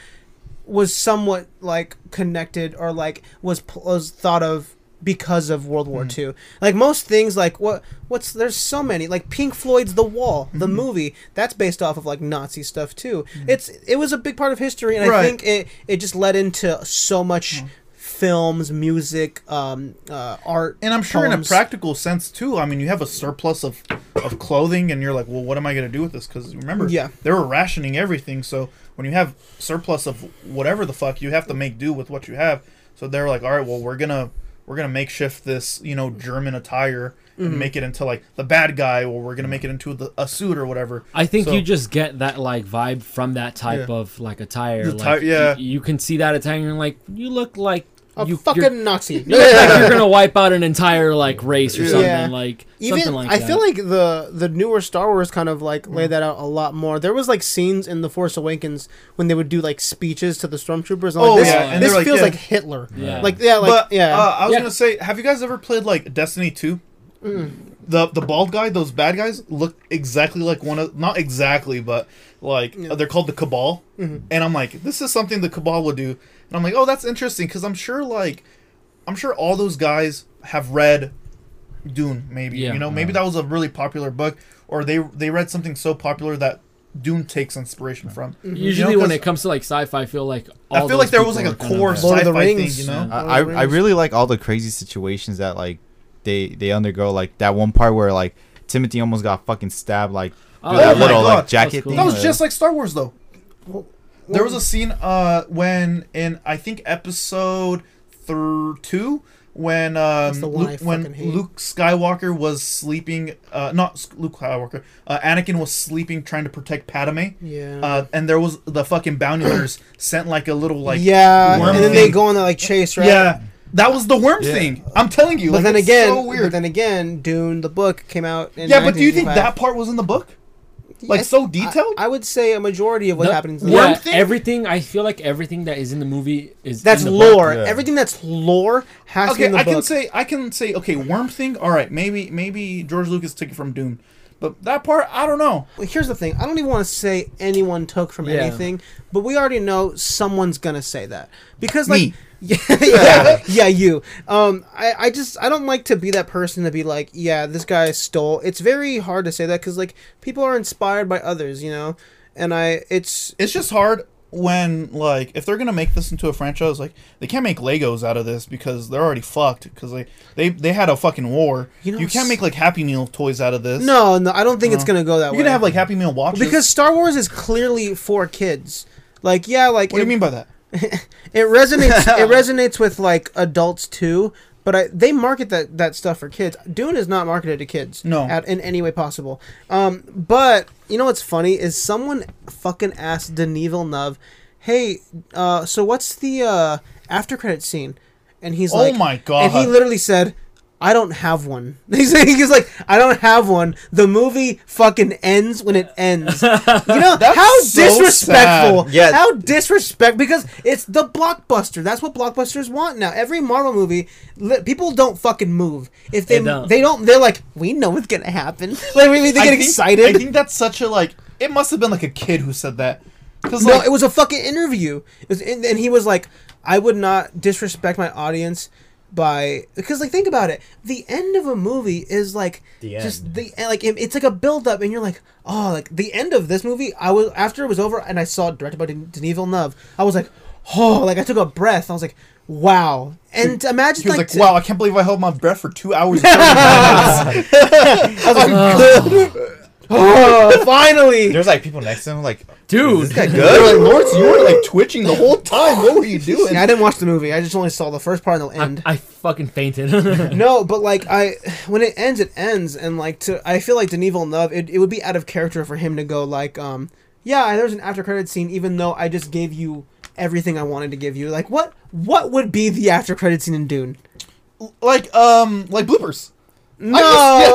B: was somewhat like connected or like was, pl- was thought of because of world war ii like most things like what what's there's so many like pink floyd's the wall the movie that's based off of like nazi stuff too it's it was a big part of history and i
D: Right.
B: think it it just led into so much films music um uh art
D: and I'm sure in a
B: poems.
D: practical sense too. I mean, you have a surplus of of clothing, and you're like, well, what am I going to do with this? Because remember,
B: Yeah.
D: they were rationing everything. So when you have surplus of whatever the fuck, you have to make do with what you have. So they're like, all right, well, we're gonna we're gonna makeshift this, you know, German attire
B: Mm-hmm.
D: and make it into like the bad guy, or we're gonna make it into the, a suit or whatever.
C: I think
D: So-
C: you just get that like vibe from that type
D: Yeah.
C: of like attire.
D: The
C: like,
D: ti- yeah.
C: you, you can see that attire, and you're like, you look like
B: a
C: you you're,
B: fucking nazi
C: you look like you're gonna wipe out an entire like race or
D: Yeah.
C: something
B: Yeah.
C: like
B: even
C: something like
B: I
C: that. Mm.
B: feel like the the newer Star Wars kind of like lay that out a lot more. There was like scenes in the Force Awakens when they would do like speeches to the stormtroopers. and I'm
D: Oh,
B: like, this,
D: yeah, and
B: this
D: they're like,
B: feels
D: yeah.
B: like Hitler.
C: Yeah.
B: Like yeah, like
D: but
B: yeah.
D: uh, I was
C: Yeah.
D: gonna say, have you guys ever played like Destiny Two?
B: Mm.
D: The the bald guy, those bad guys look exactly like one of not exactly, but like uh, they're called the Cabal,
B: Mm-hmm.
D: and I'm like, this is something the Cabal would do, and I'm like, oh, that's interesting because I'm sure like, I'm sure all those guys have read Dune, maybe
C: Yeah.
D: you know, maybe that was a really popular book, or they they read something so popular that Dune takes inspiration from.
B: Mm-hmm.
C: usually
D: You know,
C: when
D: 'cause
C: it comes to like sci-fi, I feel like all
D: I feel
C: those
D: like there was like
C: people
D: a
C: are kind of,
D: core
C: uh,
B: Lord
D: sci-fi
B: of the Rings.
D: thing, you know.
B: Yeah.
A: I, I I really like all the crazy situations that like they they undergo. Like that one part where like Timothy almost got fucking stabbed. Like
C: Oh,
A: through that
D: my
A: little
D: God.
A: like
C: That was
A: jacket
C: cool.
A: thing.
D: That was
A: Uh,
D: just like Star Wars, though. There was
B: well-
D: a scene uh, when in I think episode thr two when um,
B: the one
D: Luke,
B: I
D: when
B: fucking hate.
D: Luke Skywalker was sleeping, uh, not S- Luke Skywalker, uh, Anakin was sleeping trying to protect Padme.
B: Yeah.
D: Uh, and there was the fucking bounty hunters sent like a little like
B: yeah,
D: worm
B: and then they
D: thing.
B: go on that like chase, right?
D: yeah. That was the worm
A: Yeah.
D: thing. I'm telling you.
B: But
D: like,
B: then
D: it's
B: again,
D: so weird.
B: but then again, Dune the book came out. In
D: yeah, but do you think
B: 1985.
D: that part was in the book? Like
B: Yes,
D: so detailed?
B: I, I would say a majority of what
C: No,
B: happens. in the
C: yeah,
B: book.
C: everything. I feel like everything that is in the movie is
B: That's
C: in the book.
B: lore.
A: Yeah.
B: Everything that's lore has to be
D: okay,
B: in the
D: I
B: book.
D: can say I can say okay, worm thing. All right, maybe maybe George Lucas took it from Dune, but that part I don't know.
B: Well, here's the thing. I don't even want to say anyone took from
C: Yeah.
B: anything, but we already know someone's gonna say that because like
D: Me.
B: yeah, yeah, yeah, you. Um, I, I just I don't like to be that person to be like, yeah, this guy stole. It's very hard to say that because like people are inspired by others, you know. And I, it's
D: It's just hard when like if they're gonna make this into a franchise, like they can't make Legos out of this because they're already fucked because they they they had a fucking war.
B: You
D: You,
B: know,
D: can't make like Happy Meal toys out of this.
B: no, no. I don't think it's gonna go that way.
D: you're gonna have like Happy Meal watches.
B: because Star Wars is clearly for kids. Like yeah, like
D: what do
B: it-
D: you mean by that?
B: It resonates. it resonates with like adults too, but I, they market that that stuff for kids. Dune is not marketed to kids.
D: No.
B: at, in any way possible. Um, but you know what's funny is someone fucking asked Denis Villeneuve, "Hey, uh, so what's the uh, after credit scene?" And he's
D: Oh
B: like,
D: my God.
B: And he literally said. I don't have one. He's like, he's like, I don't have one. The movie fucking ends when it ends. You know how
D: so
B: disrespectful.
A: sad. Yeah.
B: How disrespect because it's the blockbuster. That's what blockbusters want now. Every Marvel movie, li- people don't fucking move. If they
C: They don't.
B: they don't, they're like, we know what's gonna happen. Like we- they
D: I
B: get
D: think-
B: excited.
D: I think that's such a like. It must have been like a kid who said that. Because
B: no,
D: like,
B: it was a fucking interview. It was, and, and he was like, I would not disrespect my audience by because like think about it. The end of a movie is like
A: The
B: just
A: end.
B: the like it- it's like a build up, and you're like, oh, like the end of this movie. I was after it was over, and I saw it directed by Den- Denis Villeneuve. I was like, oh, like I took a breath. I was like, wow. And imagine
D: he was
B: like,
D: like,
B: t-
D: "Wow, I can't believe I held my breath for two hours." and 30
B: I was like, oh, finally.
A: There's like people next to him like
C: dude.
A: Is this guy
D: They're
A: good?
D: like, Lawrence, you were like twitching the whole time. What were you doing?
B: Yeah, I didn't watch the movie. I just only saw the first part and the
C: I,
B: end.
C: I fucking fainted.
B: no, but like I, when it ends, it ends, and like to, I feel like Denis Villeneuve, it, it would be out of character for him to go like, um, yeah, there's an after credit scene, even though I just gave you everything I wanted to give you. Like, what, what would be the after credit scene in Dune?
D: Like, um, like bloopers.
B: No,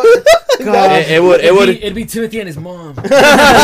A: it,
B: God,
A: it would. It
C: It'd,
A: would.
C: be, it'd be Timothy and his mom.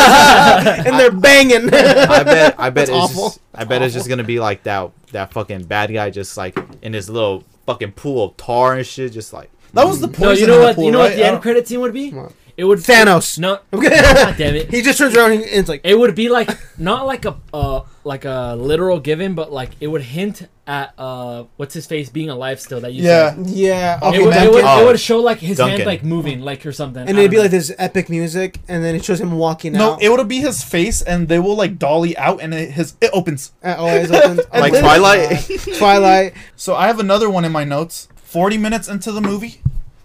B: and they're banging.
A: I bet. I bet. It's
D: awful.
A: Just, I bet it's just gonna be like that. That fucking bad guy, just like in his little fucking pool of tar and shit, just like.
D: That was the poison.
C: no, you know what?
D: apple,
C: you know
D: right? Uh,
C: what the
D: I
C: end
D: don't-
C: credit scene would be?
B: What?
C: It would
B: Thanos.
C: No,
B: Oh. Okay.
C: God damn it.
B: he just turns around and it's like,
C: It would be like not like a uh, like a literal given, but like it would hint at uh what's his face being alive still. That you
D: Yeah.
C: said.
B: yeah,
C: It
B: okay,
C: would, it,
B: Duncan.
C: would, it
A: Oh.
C: would show like his hand
A: Duncan.
C: like moving like or something.
B: and
C: I
B: it'd be
C: don't
B: like this epic music, and then it shows him walking
D: No,
B: out.
D: it would be his face, and they will like dolly out, and it, his it opens.
B: It always opens. and
A: Like
B: then-
A: Twilight?
B: Twilight.
D: So I have another one in my notes. Forty minutes into the movie,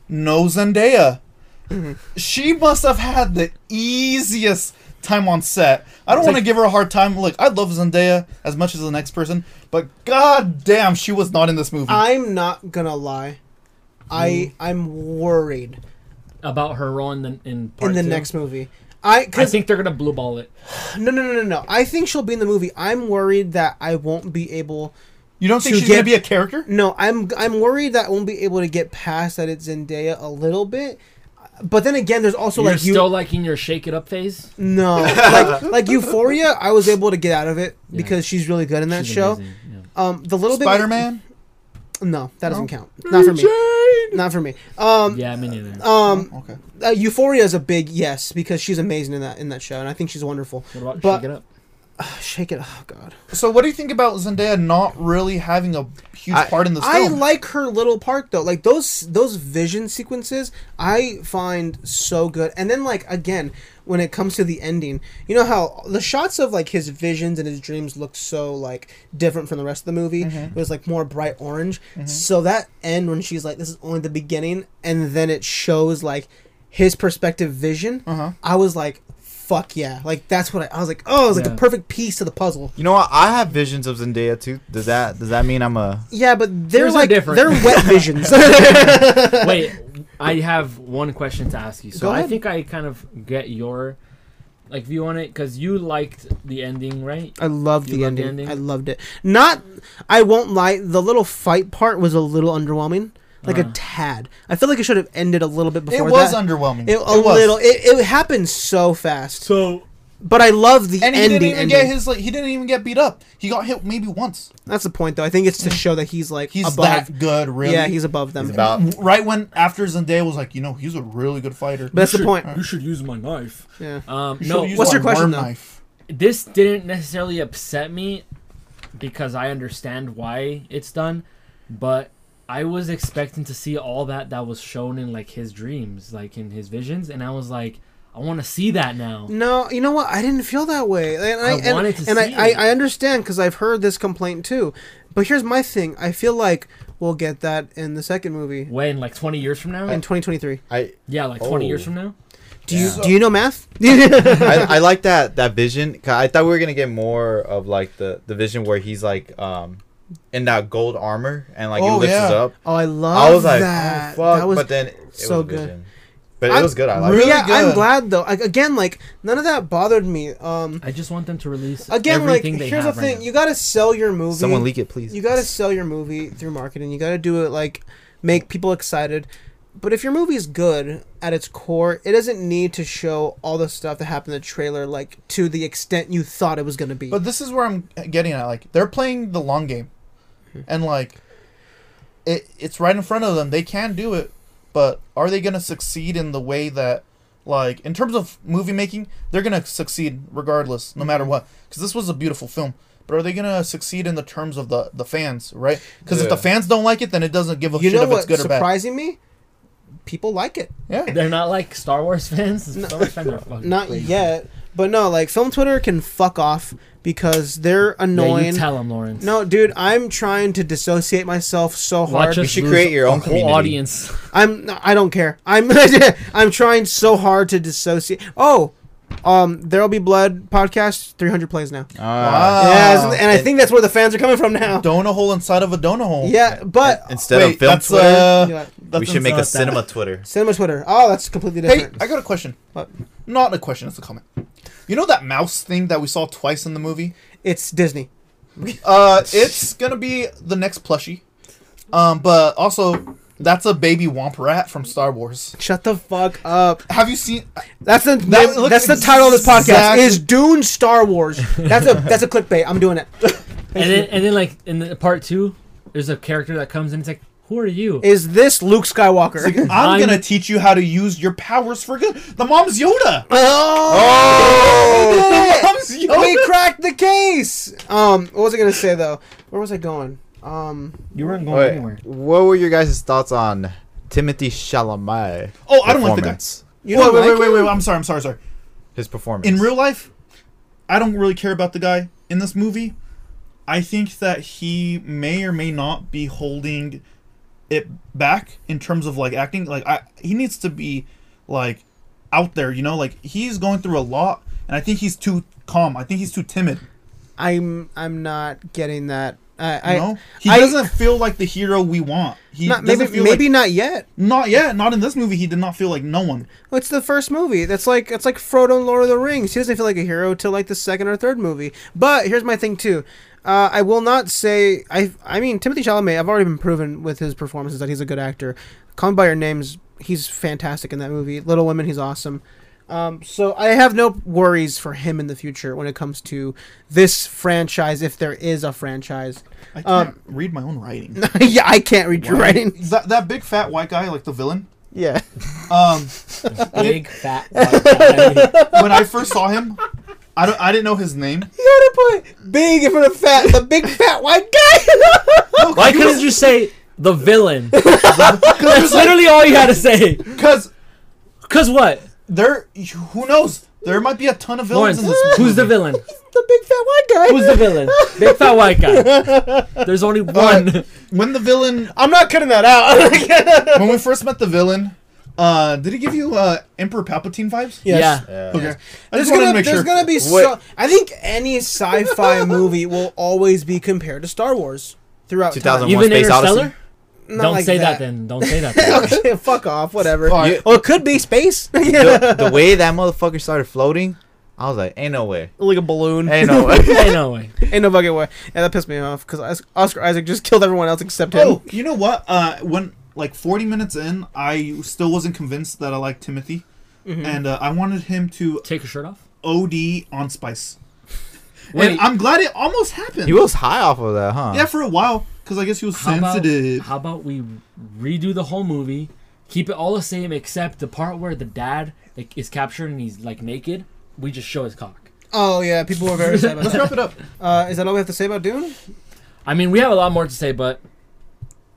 D: no Zendaya.
C: Mm-hmm.
D: She must have had the easiest time on set. I don't want to give her a hard time. Look, I love Zendaya as much as the next person, but god damn, she was not in this movie.
B: I'm not gonna lie. I
C: Hmm.
B: I'm worried
C: know about her role in the in, part
B: in the
C: two.
B: next movie. I
C: I
B: cause
C: think they're gonna blue ball it.
B: no no no no no. I think she'll be in the movie. I'm worried that I won't be able.
D: you don't think
B: to
D: she's gonna
B: get-
D: be a character?
B: No, I'm I'm worried that I won't be able to get past that it's Zendaya a little bit. But then again, there's also
C: You're
B: like you
C: still like in your shake it up phase.
B: no like, like Euphoria. I was able to get out of it because she's really good in that
C: She's
B: show.
C: amazing, yeah.
B: Um, the little bit
D: Spider Man.
B: No, that doesn't count. Not for me. Not for me. Um,
C: Yeah, me neither.
B: um,
D: Okay.
B: uh, Euphoria is a big yes because she's amazing in that in that show, and I think she's wonderful.
C: what about
B: but-
C: shake it up?
B: Shake it, oh god.
D: So what do you think about Zendaya not really having a huge
A: I-
D: part in this
B: I
D: film?
B: like her little part though. Like those those vision sequences, I find so good. And then like again, when it comes to the ending, you know how the shots of like his visions and his dreams look so like different from the rest of the movie. It was like more bright orange. So that end when she's like, "This is only the beginning," and then it shows like his perspective vision.
D: Uh-huh.
B: I was like. Fuck yeah! Like that's what I, I was like. Oh, it was like
C: Yeah.
B: the perfect piece to the puzzle.
A: You know what? I have visions of Zendaya too. Does that? Does that mean I'm a?
B: Yeah, but they're
C: Yours are
B: like
C: different.
B: they're wet visions.
C: Wait, I have one question to ask you. So
B: Go
C: I
B: ahead.
C: think I kind of get your like view on it because you liked the ending, right?
B: I loved
C: You
B: the
C: loved the
B: ending.
C: ending?
B: I loved it. Not, I won't lie. The little fight part was a little underwhelming, like
C: Uh-huh.
B: a tad. I feel like it should have ended a little bit
D: it
B: before
D: was
B: that.
D: underwhelming.
B: it, a
D: was.
B: little. It, it happened so fast,
C: So
B: but I love the
D: and he
B: ending.
D: didn't even
B: ending.
D: get his like he didn't even get beat up. He got hit maybe once.
B: That's the point, though. I think it's to show that he's like
D: He's
B: above.
D: that good, really.
B: Yeah, he's above them.
A: He's about.
D: right when after Zendaya was like, you know, he's a really good fighter.
B: But that's the point.
C: You should use my knife.
B: Yeah.
C: Um,
D: You
C: no,
D: should've used
B: what's
D: my
B: your question,
D: worm
B: though?
D: Knife.
C: this didn't necessarily upset me because I understand why it's done, but I was expecting to see all that that was shown in like his dreams, like in his visions, and I was like, I want to see that now.
B: No, you know what? I didn't feel that way. And I,
C: I
B: and,
C: wanted to
B: and
C: see
B: I,
C: it.
B: I, I understand because I've heard this complaint too. But here's my thing. I feel like we'll get that in the second movie
C: When like 20 years from now?
B: in 2023.
A: I,
C: yeah, like 20
A: Oh.
C: years from now.
B: Do you
A: Yeah.
B: do you know math?
A: I I like that that vision. 'cause I thought we were gonna get more of like the the vision where he's like um in that gold armor and like
D: Oh,
A: he lifts
D: yeah.
A: us up.
B: Oh, I love
A: I was like,
B: that.
A: oh fuck!
B: That was
A: but then it
B: so
A: was a
B: good.
A: vision. But it
B: I'm
A: was good. I like.
D: really-
B: yeah. I'm
D: good.
B: glad though. Like again, like none of that bothered me. Um,
C: I just want them to release
B: again,
C: everything
B: like
C: they
B: here's the
C: have right
B: thing:
C: now.
B: you gotta sell your movie.
A: it. Someone leak it, please.
B: You gotta sell your movie through marketing. You gotta do it like make people excited. But if your movie is good at its core, it doesn't need to show all the stuff that happened in the trailer, like to the extent you thought it was gonna be.
D: But this is where I'm getting at. Like they're playing the long game, and like it it's right in front of them. They can do it, but are they gonna succeed in the way that like in terms of movie making, they're gonna succeed regardless, no matter what. Because this was a beautiful film. But are they gonna succeed in the terms of the the fans, right? Because if the
A: Yeah.
D: fans don't like it, then it doesn't give a
B: you
D: shit
B: know
D: if it's
B: what's
D: good or bad.
B: surprising me? People like it.
D: Yeah.
C: They're not like Star Wars fans. Star Wars fans are fucking
B: Not
C: crazy.
B: yet. But no, like film Twitter can fuck off because they're
C: Yeah, you
B: annoying.
C: tell them, Lawrence.
B: no, dude, I'm trying to dissociate myself so hard.
C: Watch us
A: should
C: lose
A: create your
C: a
A: own
C: whole
A: community.
C: audience.
B: I'm no, I don't care. I'm I'm trying so hard to dissociate. Oh, Um, There'll Be Blood podcast, 300 plays now.
D: Oh.
A: Uh,
D: Wow.
B: yeah, and, I
A: and-
B: think that's where the fans are coming from now.
D: Donut hole inside of a donut hole.
B: Yeah, but
A: Instead
D: Wait,
A: of film
D: that's,
A: Twitter,
D: uh,
B: Yeah.
D: that's
A: we should make a
D: not that.
A: cinema Twitter.
B: cinema Twitter. Oh, that's completely
D: Hey,
B: different.
D: I got a question.
B: What?
D: Not a question, it's a comment. You know that mouse thing that we saw twice in the movie?
B: it's Disney.
D: Uh, it's gonna be the next plushie. Um, but also, that's a baby womp rat from Star Wars.
B: Shut the fuck up.
D: Have you seen?
B: That's the
D: That
B: that's
D: looks
B: the title of this podcast.
D: exact-
B: Is Dune Star Wars? That's a that's a clickbait. I'm doing it.
C: and then and then like in the part two, there's a character that comes in. It's like, who are you?
B: Is this Luke Skywalker?
D: I'm, gonna teach you how to use your powers for good. The mom's Yoda.
B: oh,
D: The mom's
B: we
D: Yoda.
B: cracked the case. Um, what was I gonna say though? Where was I going? Um,
C: you weren't going
A: Wait,
C: anywhere.
A: what were your guys' thoughts on Timothy Chalamet?
D: Oh, I don't like the guy.
A: performance?
B: you
D: Wait,
B: don't
D: wait,
B: like
D: wait, wait,
B: him?
D: wait. I'm sorry. I'm sorry. Sorry.
A: His performance
D: In real life, I don't really care about the guy in this movie. I think that he may or may not be holding it back in terms of like acting. Like I, he needs to be like out there. You know, like he's going through a lot, and I think he's too calm. I think he's too timid.
B: I'm I'm not getting that. I,
D: You
B: I
D: know, he
B: I-
D: doesn't feel like the hero we want. He
B: not,
D: doesn't
B: maybe
D: feel
B: maybe
D: like,
B: not yet.
D: not yet. Not in this movie. He did not feel like no one.
B: It's the first movie. That's like it's like Frodo and Lord of the Rings. He doesn't feel like a hero till like the second or third movie. But here's my thing too. Uh, I will not say I. I mean Timothy Chalamet. I've already been proven with his performances that he's a good actor. Call Me by Your Name's. He's fantastic in that movie. Little Women. He's awesome. Um, so I have no worries for him in the future when it comes to this franchise, if there is a franchise.
D: I
B: Um,
D: can't read my own writing.
B: yeah, I can't read your writing.
D: That that big fat white guy, like the villain.
B: Yeah.
D: Um,
C: Big fat. white guy.
D: when I first saw him, I don't, I didn't know his name.
B: You gotta put big in front of fat, the big fat white guy.
C: Why couldn't you say the villain? That's
D: Because
C: literally all you had to say.
D: because
C: Cause what?
D: there, who knows? There might be a ton of villains
C: Lawrence,
D: in this.
C: who's the villain?
B: the big fat white guy.
C: Who's the villain? Big fat white guy. There's only one.
D: Alright. When the villain,
B: I'm not cutting that out.
D: when we first met the villain, uh, did he give you uh, Emperor Palpatine vibes?
C: Yeah.
A: Yeah.
D: Okay. I
B: There's
D: just wanted
B: gonna,
D: to make
B: there's
D: sure.
B: gonna be so.
A: Wait.
B: I think any sci-fi movie will always be compared to Star Wars throughout time.
A: 2001.
C: Even
A: Space Odyssey?
C: Interstellar.
B: Not
C: Don't
B: like
C: say that. then. Don't say that. Then.
B: okay, fuck off. Whatever.
D: All right.
A: You-
B: Well, it could be space.
A: the, the way that motherfucker started floating, I was like, ain't no way.
B: like a balloon.
A: Ain't no way.
C: Ain't no way.
B: Ain't no fucking way. Yeah, that pissed me off because Oscar Isaac just killed everyone else except him.
D: Oh, you know what? Uh, when like 40 minutes in, I still wasn't convinced that I liked Timothy,
B: Mm-hmm.
D: and uh, I wanted him to
C: Take your shirt off.
D: OD on Spice.
C: Wait.
D: and I'm glad it almost happened.
A: He was high off of that, huh?
D: yeah, for a while, because I guess he was
C: How about-
D: sensitive.
C: How about, we redo the whole movie, keep it all the same except the part where the dad like, is captured and he's like naked. We just show his cock.
B: Oh yeah, people were very sad about
D: Let's
B: that.
D: wrap it up.
B: Uh, is that all we have to say about Dune?
C: I mean, we have a lot more to say, but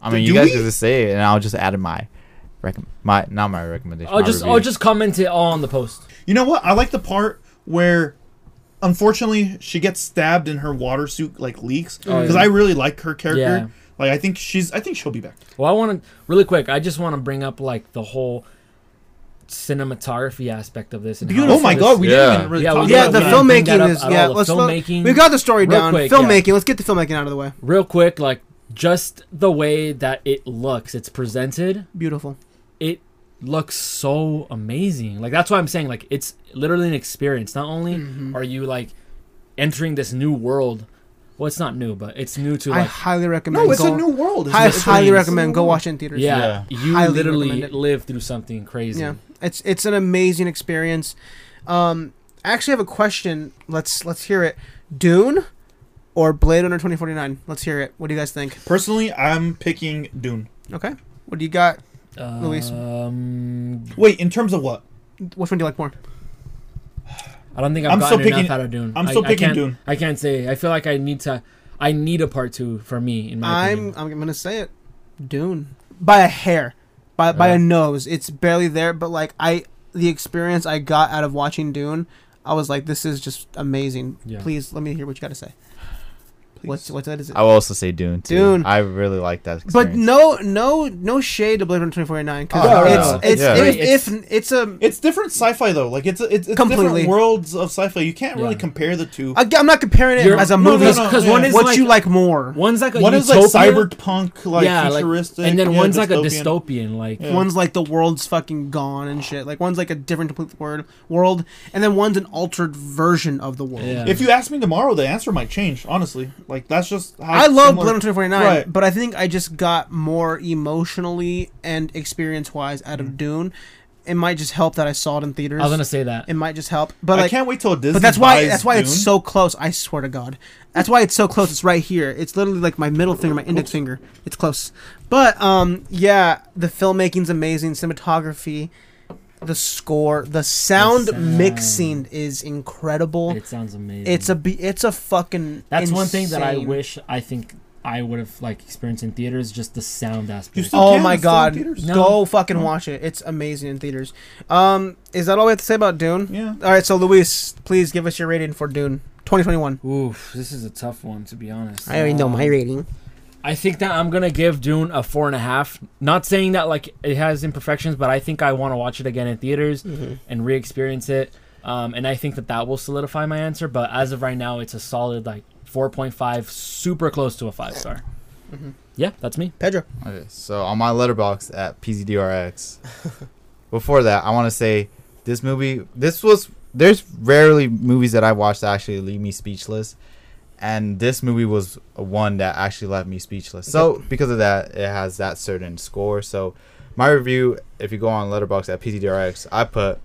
A: I mean,
D: Do
A: you guys
D: we?
A: could just say it, and I'll just add my, recom- my not my recommendation.
C: I'll
A: my
C: just
A: review.
C: I'll just comment it all on the post.
D: You know what? I like the part where, unfortunately, she gets stabbed and her water suit like leaks.
C: Oh,
D: Because
C: yeah.
D: I really like her character.
C: Yeah.
D: Like I think she's. I think she'll be back.
C: Well, I want to really quick. I just want to bring up like the whole cinematography aspect of this. And how
D: Oh my
C: this-
D: God, we
A: Yeah.
D: didn't even really
C: Yeah,
D: talk
C: we
B: Yeah,
D: about
B: the
C: we
D: that.
C: film- bring that
B: filmmaking
C: up
B: is
C: at
B: yeah.
C: all.
B: Let's let-
C: Filmmaking-
B: we got the story
C: Real
B: down.
C: quick, yeah.
B: filmmaking. Let's get the filmmaking out of the way.
C: Real quick, like just the way that it looks, it's presented.
B: Beautiful.
C: it looks so amazing. Like that's why I'm saying like it's literally an experience. Not only
B: Mm-hmm.
C: are you like entering this new world, well it's not new, but it's new to
B: I
C: like
B: highly recommend.
D: No, it's
B: go,
D: a new world.
B: I
D: isn't it?
B: highly
D: It's a
B: recommend
D: new
B: go
D: world.
B: watch it in theaters.
C: yeah, you
B: Highly
C: literally
B: recommend it.
C: live through something crazy.
B: yeah. It's it's an amazing experience. Um, I actually have a question. Let's let's hear it. Dune or Blade Runner twenty forty nine. Let's hear it. What do you guys think?
D: Personally, I'm picking Dune.
B: Okay. What do you got? Luis.
C: Uh, Um,
D: Wait, in terms of what?
B: Which one do you like more?
C: I don't think I've
D: I'm
C: gotten
D: still picking-
C: enough out of Dune.
D: I'm
C: I-
D: still
C: I
D: picking
C: can't-
D: Dune.
C: I can't say. I feel like I need to. I need a part two for me. In my
B: I'm
C: opinion.
B: I'm gonna say it. Dune by a hair, by by a
C: Yeah.
B: nose. It's barely there, but like I, the experience I got out of watching Dune, I was like, this is just amazing.
C: Yeah.
B: Please let me hear what you got to say.
D: Please.
B: What's what's that? Is it?
A: I will also say Dune too.
B: Dune.
A: I really like that.
B: But
A: Experience.
B: no, no, no shade to Blade Runner 2049 because
D: Oh, no,
B: it's,
A: no.
B: it's,
A: Yeah.
B: it's, if, it's a.
D: it's different sci-fi though. Like it's it's, it's
B: Completely.
D: different worlds of sci-fi. You can't really
C: Yeah.
D: compare the 2
B: I, am not comparing it
C: You're-
B: as a
D: no,
B: movie.
D: no, no,
C: because
D: yeah.
C: one is
B: what
C: like
B: you like more?
C: one's like a
D: One is
C: utopia,
D: like cyberpunk, like
C: yeah, like-
D: futuristic,
C: and then
D: yeah,
C: one's like a
D: dystopian.
C: dystopian, like
D: Yeah.
B: One's like the world's fucking gone and shit. Like one's like a different complete word, world, and then one's an altered version of the world.
C: Yeah.
D: If you ask me tomorrow, the answer might change. Honestly, like that's just. How
B: I love
D: similar-
B: Blade Runner 2049,
D: Right.
B: but I think I just got more emotionally and experience wise out
D: Mm.
B: of Dune. It might just help that I saw it in theaters.
C: I was gonna say that.
B: it might just help, but
D: I
B: like,
D: can't wait till Disney.
B: but that's why
D: buys
B: that's why it's
D: Dune.
B: so close. I swear to God, that's why it's so close. It's right here. It's literally like my middle finger, my index finger. It's close. But um, yeah, the filmmaking's amazing. Cinematography, the score, the sound,
C: sound.
B: mixing is incredible.
C: uh, It sounds amazing.
B: It's a be- it's a fucking.
C: that's one thing that I
B: insane-
C: wish I think I would have like experienced in theaters, just the sound aspect.
D: You still
B: Oh
D: can,
B: my
D: it's still in
B: god!
D: theaters.
C: No.
B: Go fucking watch it. It's amazing in theaters. Um, is that all we have to say about Dune?
D: Yeah.
B: All right, so Luis, please give us your rating for Dune 2021.
C: Oof, this is a tough one to be honest.
B: I already know my
C: Um,
B: rating.
C: I think that I'm gonna give Dune a four and a half. Not saying that like it has imperfections, but I think I want to watch it again in theaters
D: Mm-hmm.
C: and re-experience it. Um, and I think that that will solidify my answer. But as of right now, it's a solid like 4.5, super close to a five star. Yeah, that's me.
B: Pedro.
A: Okay, so on my letterbox at PZDRX. before that, I want to say this movie. This was there's rarely movies that I watched that actually leave me speechless, and this movie was one that actually left me speechless. So because of that, it has that certain score. So my review, if you go on letterbox at PZDRX, I put.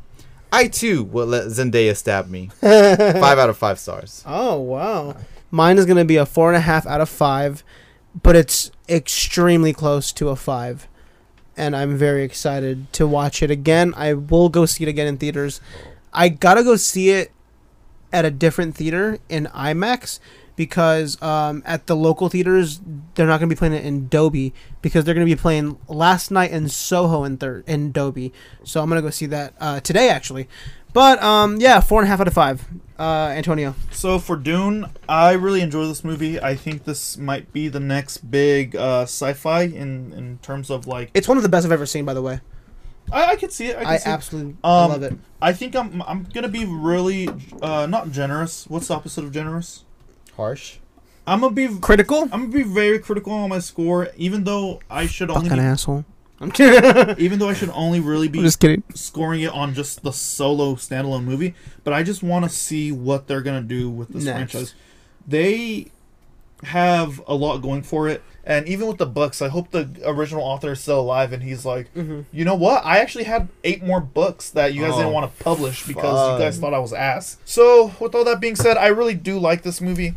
A: I too will let Zendaya stab me. five out of five stars.
B: Oh wow. Mine is gonna be a four and a half out of five, but it's extremely close to a five. And I'm very excited to watch it again. I will go see it again in theaters. I gotta go see it at a different theater in IMAX because um, at the local theaters they're not gonna be playing it in Dolby because they're gonna be playing last night in Soho in third in Dolby. So I'm gonna go see that uh, today actually. But um, yeah, four and a half out of five. Uh, Antonio.
D: So for Dune, I really enjoy this movie. I think this might be the next big uh, sci-fi in in terms of like
B: It's one of the best I've ever seen, by the way.
D: I, I could see it. I, could
B: I,
D: see it.
B: absolutely
D: Um,
B: love it.
D: I think I'm I'm gonna be really uh, not generous. What's the opposite of generous?
A: Harsh.
D: I'm gonna be I'm
B: Critical?
D: gonna be very critical on my score, even though I should only
B: Fucking
D: be,
B: asshole. I'm kidding.
D: even though I should only really be
B: I'm just kidding.
D: scoring it on just the solo standalone movie. But I just want to see what they're gonna do with this
B: Next.
D: franchise. They have a lot going for it, and even with the books, I hope the original author is still alive and he's like, you know what? I actually had eight more books that you guys
A: Oh,
D: didn't want to publish because
A: fuck.
D: you guys thought I was ass. So with all that being said, I really do like this movie.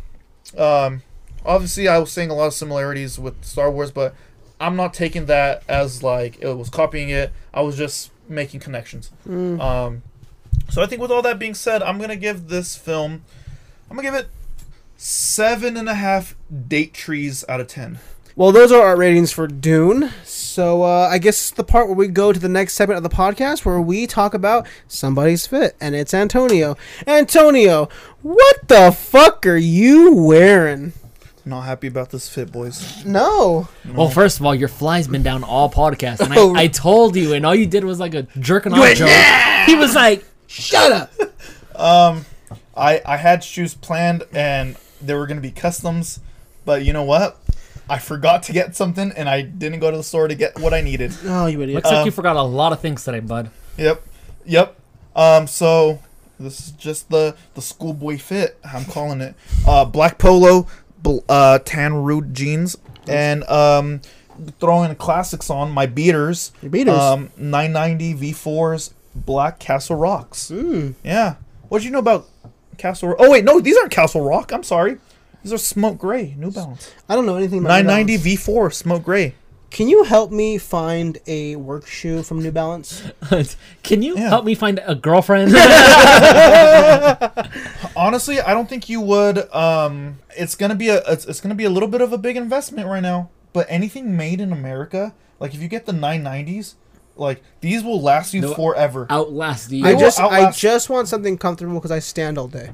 D: Um, obviously, I was seeing a lot of similarities with Star Wars, but I'm not taking that as like it was copying it. I was just making connections. Um, so I think with all that being said, I'm gonna give this film, I'm gonna give it seven and a half date trees out of ten.
B: Well, those are our ratings for Dune. So uh, I guess it's the part where we go to the next segment of the podcast where we talk about somebody's fit, and it's Antonio. Antonio, what the fuck are you wearing?
D: Not happy about this fit, boys.
B: No.
C: Well, first of all, your fly's been down all podcast, and
B: Mm. Oh.
C: I, I told you, and all you did was like a jerking off joke. He was like,
B: Shut up.
D: I I had shoes planned and there were gonna be customs, but you know what? I forgot to get something and I didn't go to the store to get what I needed.
B: Oh, you idiot.
C: "Looks like you forgot a lot of things today, bud."
D: Yep. Yep. Um, so this is just the the schoolboy fit. I'm calling it. Uh, black polo, bl- uh, tan root jeans, and um, throwing classics on my beaters.
B: Your beaters.
D: Um, 990 V4s, black Castle Rocks. Yeah. What do you know about Castle? Ro- oh wait, no, these aren't Castle Rock. I'm sorry. These are smoke gray, New Balance.
B: I don't know anything about
D: 990
B: New Balance.
D: V4 smoke gray.
B: Can you help me find a work shoe from New Balance?
C: Can you
D: Yeah.
C: help me find a girlfriend?
D: Honestly, I don't think you would. Um, it's gonna be a it's, it's gonna be a little bit of a big investment right now. But anything made in America, like if you get the 990s, like these will last you
C: No,
D: forever.
C: Outlast the
B: I
D: will
B: just I
D: outlast-
B: just want something comfortable because I stand all day,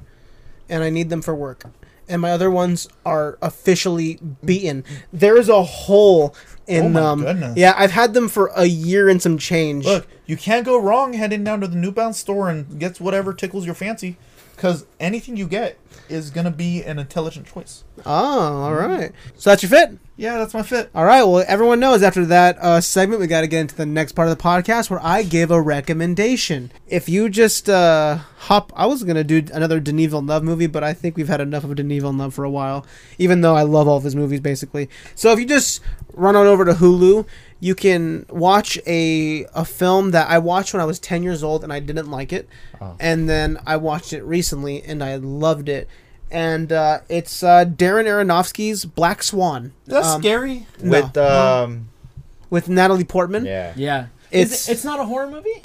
B: and I need them for work. and my other ones are officially beaten. There is a hole in
D: Oh my
B: them.
D: goodness.
B: Yeah, I've had them for a year and some change.
D: Look, you can't go wrong heading down to the New Balance store and gets whatever tickles your fancy, because anything you get is gonna be an intelligent choice.
B: Oh, all right. So that's your fit.
D: Yeah, that's my fit.
B: All right. Well, everyone knows after that uh, segment, we got to get into the next part of the podcast where I give a recommendation. If you just uh, hop, I was gonna do another Denis Villeneuve movie, but I think we've had enough of Denis Villeneuve for a while. Even though I love all of his movies, basically. So if you just run on over to Hulu, you can watch a a film that I watched when I was ten years old and I didn't like it, and then I watched it recently and I loved it. And uh, it's uh, Darren Aronofsky's Black Swan.
D: That's
B: Um,
D: scary.
A: with um
B: with Natalie Portman.
A: yeah.
C: Yeah.
B: It's-
C: It's it's not a horror movie.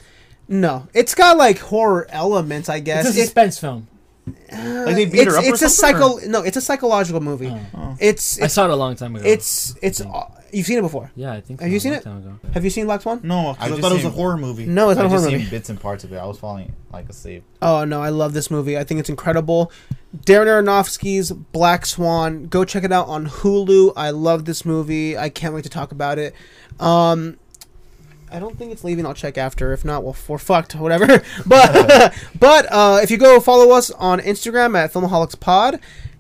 B: No, it's got like horror elements, I guess.
C: It's a
B: It-
C: suspense film.
D: Like they beat
B: uh, it's
D: her up
B: it's
D: or Oh.
B: a
D: something,
B: psycho. No, it's a psychological movie. It's
C: I
B: it's
C: saw it a long time ago.
B: it's it's.
A: Mm.
B: uh, You've seen it before.
C: yeah, I think.
B: Have
C: so,
B: you
C: a
B: seen
C: long
B: it?
C: Time ago.
B: Have you seen Black Swan?
D: No, 'cause
A: I've
D: I
A: just
D: thought it was a
A: seen-
D: horror movie.
B: No, it's
A: Mm. I
B: not a horror
A: just seen
B: movie.
A: bits and parts of it. I was falling like asleep.
B: Oh no, I love this movie. I think it's incredible. Darren Aronofsky's Black Swan. Go check it out on Hulu. I love this movie. I can't wait to talk about it. Um, I don't think it's leaving. I'll check after. If not, well, we're fucked. Whatever. But but uh, if you go follow us on Instagram at Filmaholics Pod,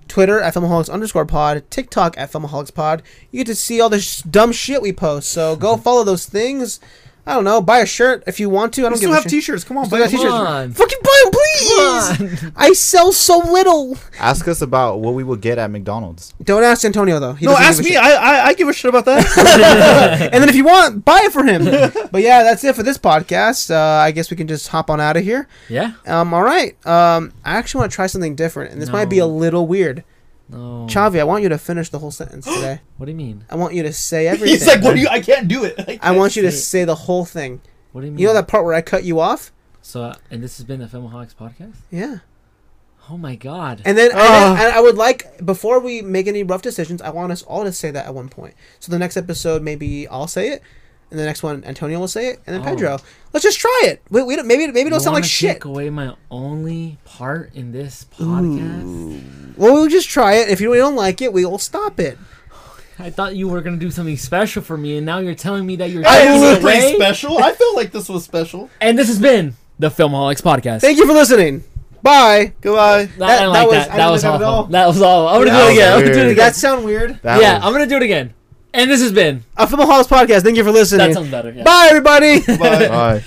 B: Twitter at Filmaholics underscore Pod, TikTok at Filmaholics Pod, you get to see all this dumb shit we post. So go follow those things. I don't know. Buy a shirt if you want to. I
D: We
B: don't
D: still
B: give a
D: have
B: shit.
D: T-shirts. Come on,
B: Still
D: buy
B: got
D: a
B: t-shirts.
D: T-shirt.
C: Come on.
B: Fucking buy 'em, please. I sell so little.
A: Ask us about what we will get at McDonald's.
B: Don't ask Antonio though. He
D: No,
B: doesn't give
D: ask
B: a
D: me.
B: shit.
D: I, I I give a shit about that.
B: and then if you want, buy it for him. but yeah, that's it for this podcast. Uh, I guess we can just hop on out of here.
C: Yeah.
B: Um, all right. Um, I actually want to try something different, and this might be a
C: No.
B: little weird.
C: No.
B: Chavi, I want you to finish the whole sentence today.
C: What do you mean?
B: I want you to say everything.
D: He's like, what do you? I can't do it.
B: I want you to say the whole thing.
C: What do you mean?
B: You know that part where I cut you off?
C: So, uh, and this has been the Filmaholics podcast.
B: Yeah.
C: Oh my god.
B: And then, and
C: Ah.
B: then- and I would like before we make any rough decisions, I want us all to say that at one point. So the next episode, maybe I'll say it, and the next one Antonio will say it, and then
C: Oh.
B: Pedro. Let's just try it. We, we don't, maybe maybe it'll
C: You
B: sound like
C: wanna
B: shit.
C: Take away my only part in this podcast.
B: Well, we'll just try it. If you don't like it, we will stop it.
C: I thought you were gonna do something special for me, and now you're telling me that you're
D: I
C: taking
D: this
C: it
D: is pretty
C: away.
D: special. I felt like this was special.
C: And this has been the Filmaholics podcast.
B: Thank you for listening. Bye.
D: Goodbye.
C: I didn't
B: that
C: like
B: was-
C: that.
B: I
C: That
B: didn't
C: was
B: like that at all.
C: awful. That was awful. I'm gonna
A: That
C: do it
A: was
C: again. I'm gonna do
A: weird.
C: it
B: Did
C: again.
B: that sound weird?
A: That
C: yeah,
A: was-
C: I'm gonna do it again. And this has been.
B: A Film Halls podcast. Thank you for listening.
C: That sounds better. Yeah.
B: Bye, everybody.
D: Bye.
A: Bye.